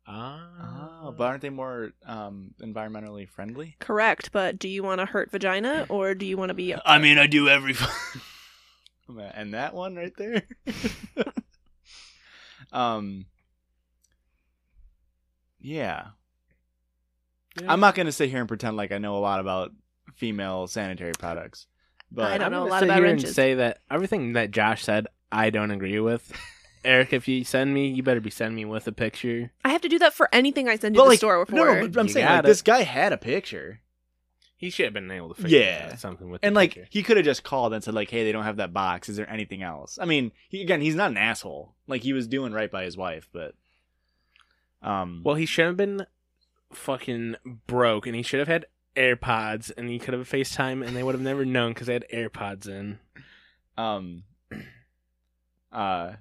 [SPEAKER 3] Uh,
[SPEAKER 4] Ah,
[SPEAKER 1] Oh, but aren't they more um, environmentally friendly?
[SPEAKER 3] Correct, but do you want a hurt vagina or do you want to be
[SPEAKER 1] I mean, I do every. I'm gonna end that one right there. um. Yeah.
[SPEAKER 4] Yeah.
[SPEAKER 1] I'm not gonna sit here and pretend like I know a lot about female sanitary products, but
[SPEAKER 3] I don't
[SPEAKER 4] I'm
[SPEAKER 3] know a
[SPEAKER 4] gonna
[SPEAKER 3] lot
[SPEAKER 4] sit
[SPEAKER 3] about
[SPEAKER 4] here
[SPEAKER 3] wrenches.
[SPEAKER 4] And say that everything that Josh said, I don't agree with. Eric, if you send me, you better be sending me with a picture.
[SPEAKER 3] I have to do that for anything I send to
[SPEAKER 1] But,
[SPEAKER 3] the
[SPEAKER 1] like,
[SPEAKER 3] store
[SPEAKER 1] no,
[SPEAKER 3] for.
[SPEAKER 1] no, but I'm
[SPEAKER 4] You
[SPEAKER 1] saying like
[SPEAKER 4] got it.
[SPEAKER 1] this guy had a picture,
[SPEAKER 4] He should have been able to figure
[SPEAKER 1] Yeah.
[SPEAKER 4] out something with
[SPEAKER 1] and
[SPEAKER 4] the
[SPEAKER 1] like
[SPEAKER 4] picture.
[SPEAKER 1] he could have just called and said like, "Hey, they don't have that box. Is there anything else?" I mean, he, again, he's not an asshole. Like he was doing right by his wife, but um,
[SPEAKER 4] Well, he should have been fucking broke, and he should have had AirPods, and he could have FaceTime, and they would have never known because they had AirPods in.
[SPEAKER 1] um, uh.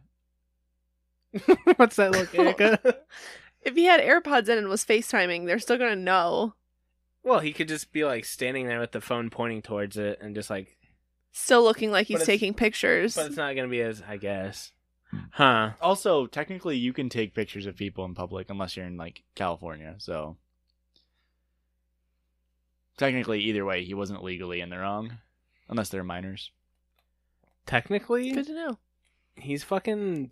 [SPEAKER 4] What's that look, Erica?
[SPEAKER 3] if he had AirPods in and was FaceTiming, they're still going to know.
[SPEAKER 4] well, he could just be like standing there with the phone pointing towards it, and just like,
[SPEAKER 3] Still looking like
[SPEAKER 4] But
[SPEAKER 3] he's
[SPEAKER 4] it's-
[SPEAKER 3] taking pictures.
[SPEAKER 4] but it's not gonna be as, I guess, huh?
[SPEAKER 1] Also, technically, you can take pictures of people in public unless you're in like California. So, technically, either way, he wasn't legally in the wrong, unless they're minors.
[SPEAKER 4] Technically,
[SPEAKER 3] Good to know.
[SPEAKER 4] he's fucking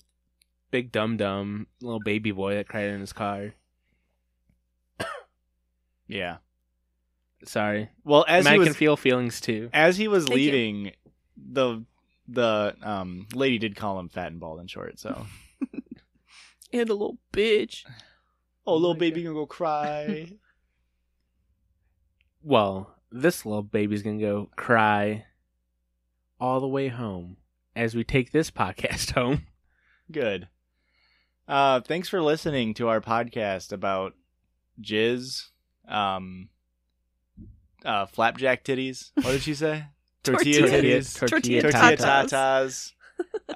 [SPEAKER 4] big dum dum little baby boy that cried in his car.
[SPEAKER 1] Yeah.
[SPEAKER 4] Sorry,
[SPEAKER 1] Well, as
[SPEAKER 4] man
[SPEAKER 1] he was
[SPEAKER 4] can feel feelings too.
[SPEAKER 1] as he was
[SPEAKER 3] Thank you.
[SPEAKER 1] leaving, the the um lady did call him fat and bald and short. So,
[SPEAKER 3] And a little bitch.
[SPEAKER 1] oh,
[SPEAKER 4] my
[SPEAKER 1] little
[SPEAKER 4] God.
[SPEAKER 1] baby gonna go cry.
[SPEAKER 4] Well, this little baby's gonna go cry all the way home as we take this podcast home.
[SPEAKER 1] Good. Uh, thanks for listening to our podcast about jizz, um, uh, flapjack titties. What did she say? tortilla
[SPEAKER 3] Tortilla
[SPEAKER 1] titties,
[SPEAKER 3] Tortilla
[SPEAKER 1] tortilla
[SPEAKER 3] tatas.
[SPEAKER 1] tatas.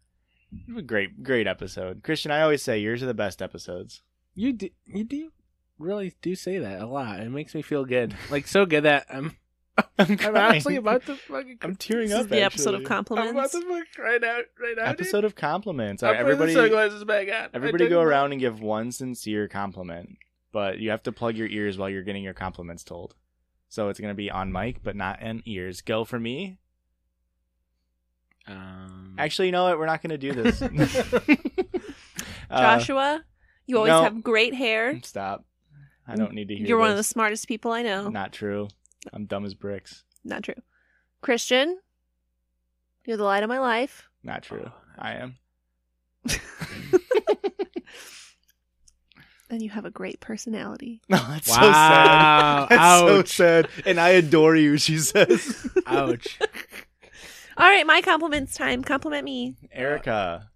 [SPEAKER 1] uh, great, great episode, Christian. I always say yours are the best episodes.
[SPEAKER 4] You do, you do really do say that a lot. It makes me feel good. Like so good that I'm
[SPEAKER 1] I'm,
[SPEAKER 4] I'm
[SPEAKER 1] crying.
[SPEAKER 4] honestly about to fucking
[SPEAKER 1] I'm tearing
[SPEAKER 3] This
[SPEAKER 1] up.
[SPEAKER 3] is the episode of
[SPEAKER 1] actually.
[SPEAKER 4] I'm about
[SPEAKER 3] compliments.
[SPEAKER 4] to fucking cry out right now. dude.
[SPEAKER 1] Episode of compliments.
[SPEAKER 4] I'll
[SPEAKER 1] All right,
[SPEAKER 4] put
[SPEAKER 1] everybody,
[SPEAKER 4] the sunglasses back on. I
[SPEAKER 1] everybody,
[SPEAKER 4] took
[SPEAKER 1] go
[SPEAKER 4] them off.
[SPEAKER 1] around and give one sincere compliment, but you have to plug your ears while you're getting your compliments told. So it's gonna be on mic, but not in ears. Go for me.
[SPEAKER 4] Um,
[SPEAKER 1] Actually, you know what? We're not gonna do this. Uh,
[SPEAKER 3] Joshua, you always
[SPEAKER 1] no.
[SPEAKER 3] have great hair.
[SPEAKER 1] Stop. I don't need to hear.
[SPEAKER 3] You're one of the
[SPEAKER 1] this.
[SPEAKER 3] smartest people I know.
[SPEAKER 1] Not true. I'm dumb as bricks.
[SPEAKER 3] Not true. Christian, you're the light of my life.
[SPEAKER 1] Not Oh, true. I am.
[SPEAKER 3] And you have a great personality.
[SPEAKER 1] No, that's so sad.
[SPEAKER 4] wow.
[SPEAKER 1] That's so
[SPEAKER 4] Ouch.
[SPEAKER 1] sad. And I adore you, she says.
[SPEAKER 4] Ouch.
[SPEAKER 3] All right, my compliments time. Compliment me.
[SPEAKER 1] Erica,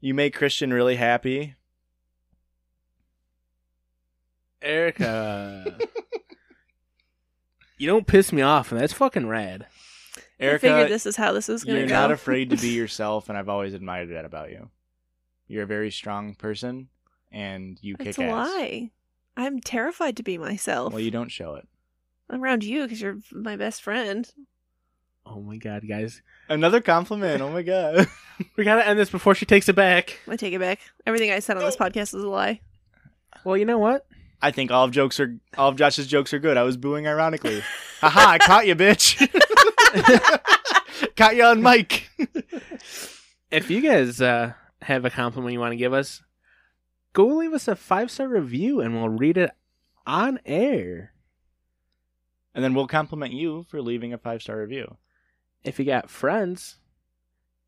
[SPEAKER 1] you make Christian really happy.
[SPEAKER 4] Erica. you don't piss me off, and that's fucking rad.
[SPEAKER 3] I figured
[SPEAKER 1] Erica,
[SPEAKER 3] this is how this was going to
[SPEAKER 1] you're
[SPEAKER 3] go.
[SPEAKER 1] not afraid to be yourself, and I've always admired that about you. You're a very strong person, and you
[SPEAKER 3] That's
[SPEAKER 1] kick
[SPEAKER 3] a
[SPEAKER 1] ass.
[SPEAKER 3] lie. I'm terrified to be myself
[SPEAKER 1] Well, you don't show it.
[SPEAKER 3] around you because you're my best friend.
[SPEAKER 4] Oh my god, guys.
[SPEAKER 1] Another compliment. Oh my god.
[SPEAKER 4] We gotta end this before she takes it back.
[SPEAKER 3] I take it back. Everything I said on this podcast is a lie.
[SPEAKER 4] Well, you know what?
[SPEAKER 1] I think all of jokes are all of Josh's jokes are good. I was booing ironically. Haha, I caught you, bitch. caught you on mic.
[SPEAKER 4] If you guys uh, have a compliment you want to give us, go leave us a five star review and we'll read it on air.
[SPEAKER 1] And then we'll compliment you for leaving a five star review.
[SPEAKER 4] If you got friends,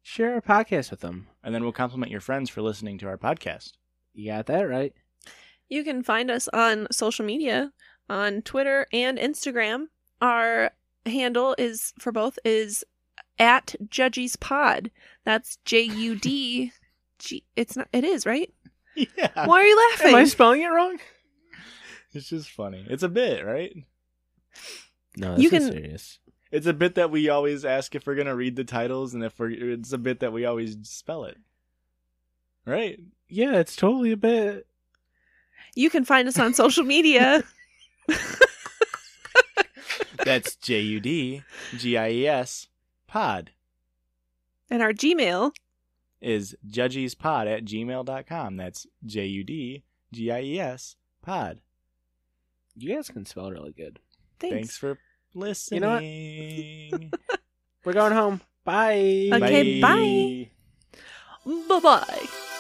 [SPEAKER 4] share our podcast with them.
[SPEAKER 1] And then we'll compliment your friends for listening to our podcast.
[SPEAKER 4] You got that right.
[SPEAKER 3] You can find us on social media on Twitter and Instagram. Our handle is for both is at Judgy's Pod. That's J U D G. It's not. It is right.
[SPEAKER 1] Yeah.
[SPEAKER 3] Why are you laughing?
[SPEAKER 4] Am I spelling it wrong?
[SPEAKER 1] It's just funny. It's a bit, right?
[SPEAKER 4] No,
[SPEAKER 3] You
[SPEAKER 4] this is
[SPEAKER 3] can-
[SPEAKER 4] serious.
[SPEAKER 1] It's a bit that we always ask if we're gonna read the titles and if we're it's a bit that we always spell it. Right?
[SPEAKER 4] Yeah, it's totally a bit.
[SPEAKER 3] you can find us on social media.
[SPEAKER 1] That's J U D G I E S pod.
[SPEAKER 3] And our Gmail
[SPEAKER 1] is judgiespod at gmail.com. That's J U D G I E S pod.
[SPEAKER 4] You guys can spell really good.
[SPEAKER 3] Thanks.
[SPEAKER 1] Thanks for listening.
[SPEAKER 4] know what? We're going home. Bye.
[SPEAKER 3] Okay, bye. Bye bye.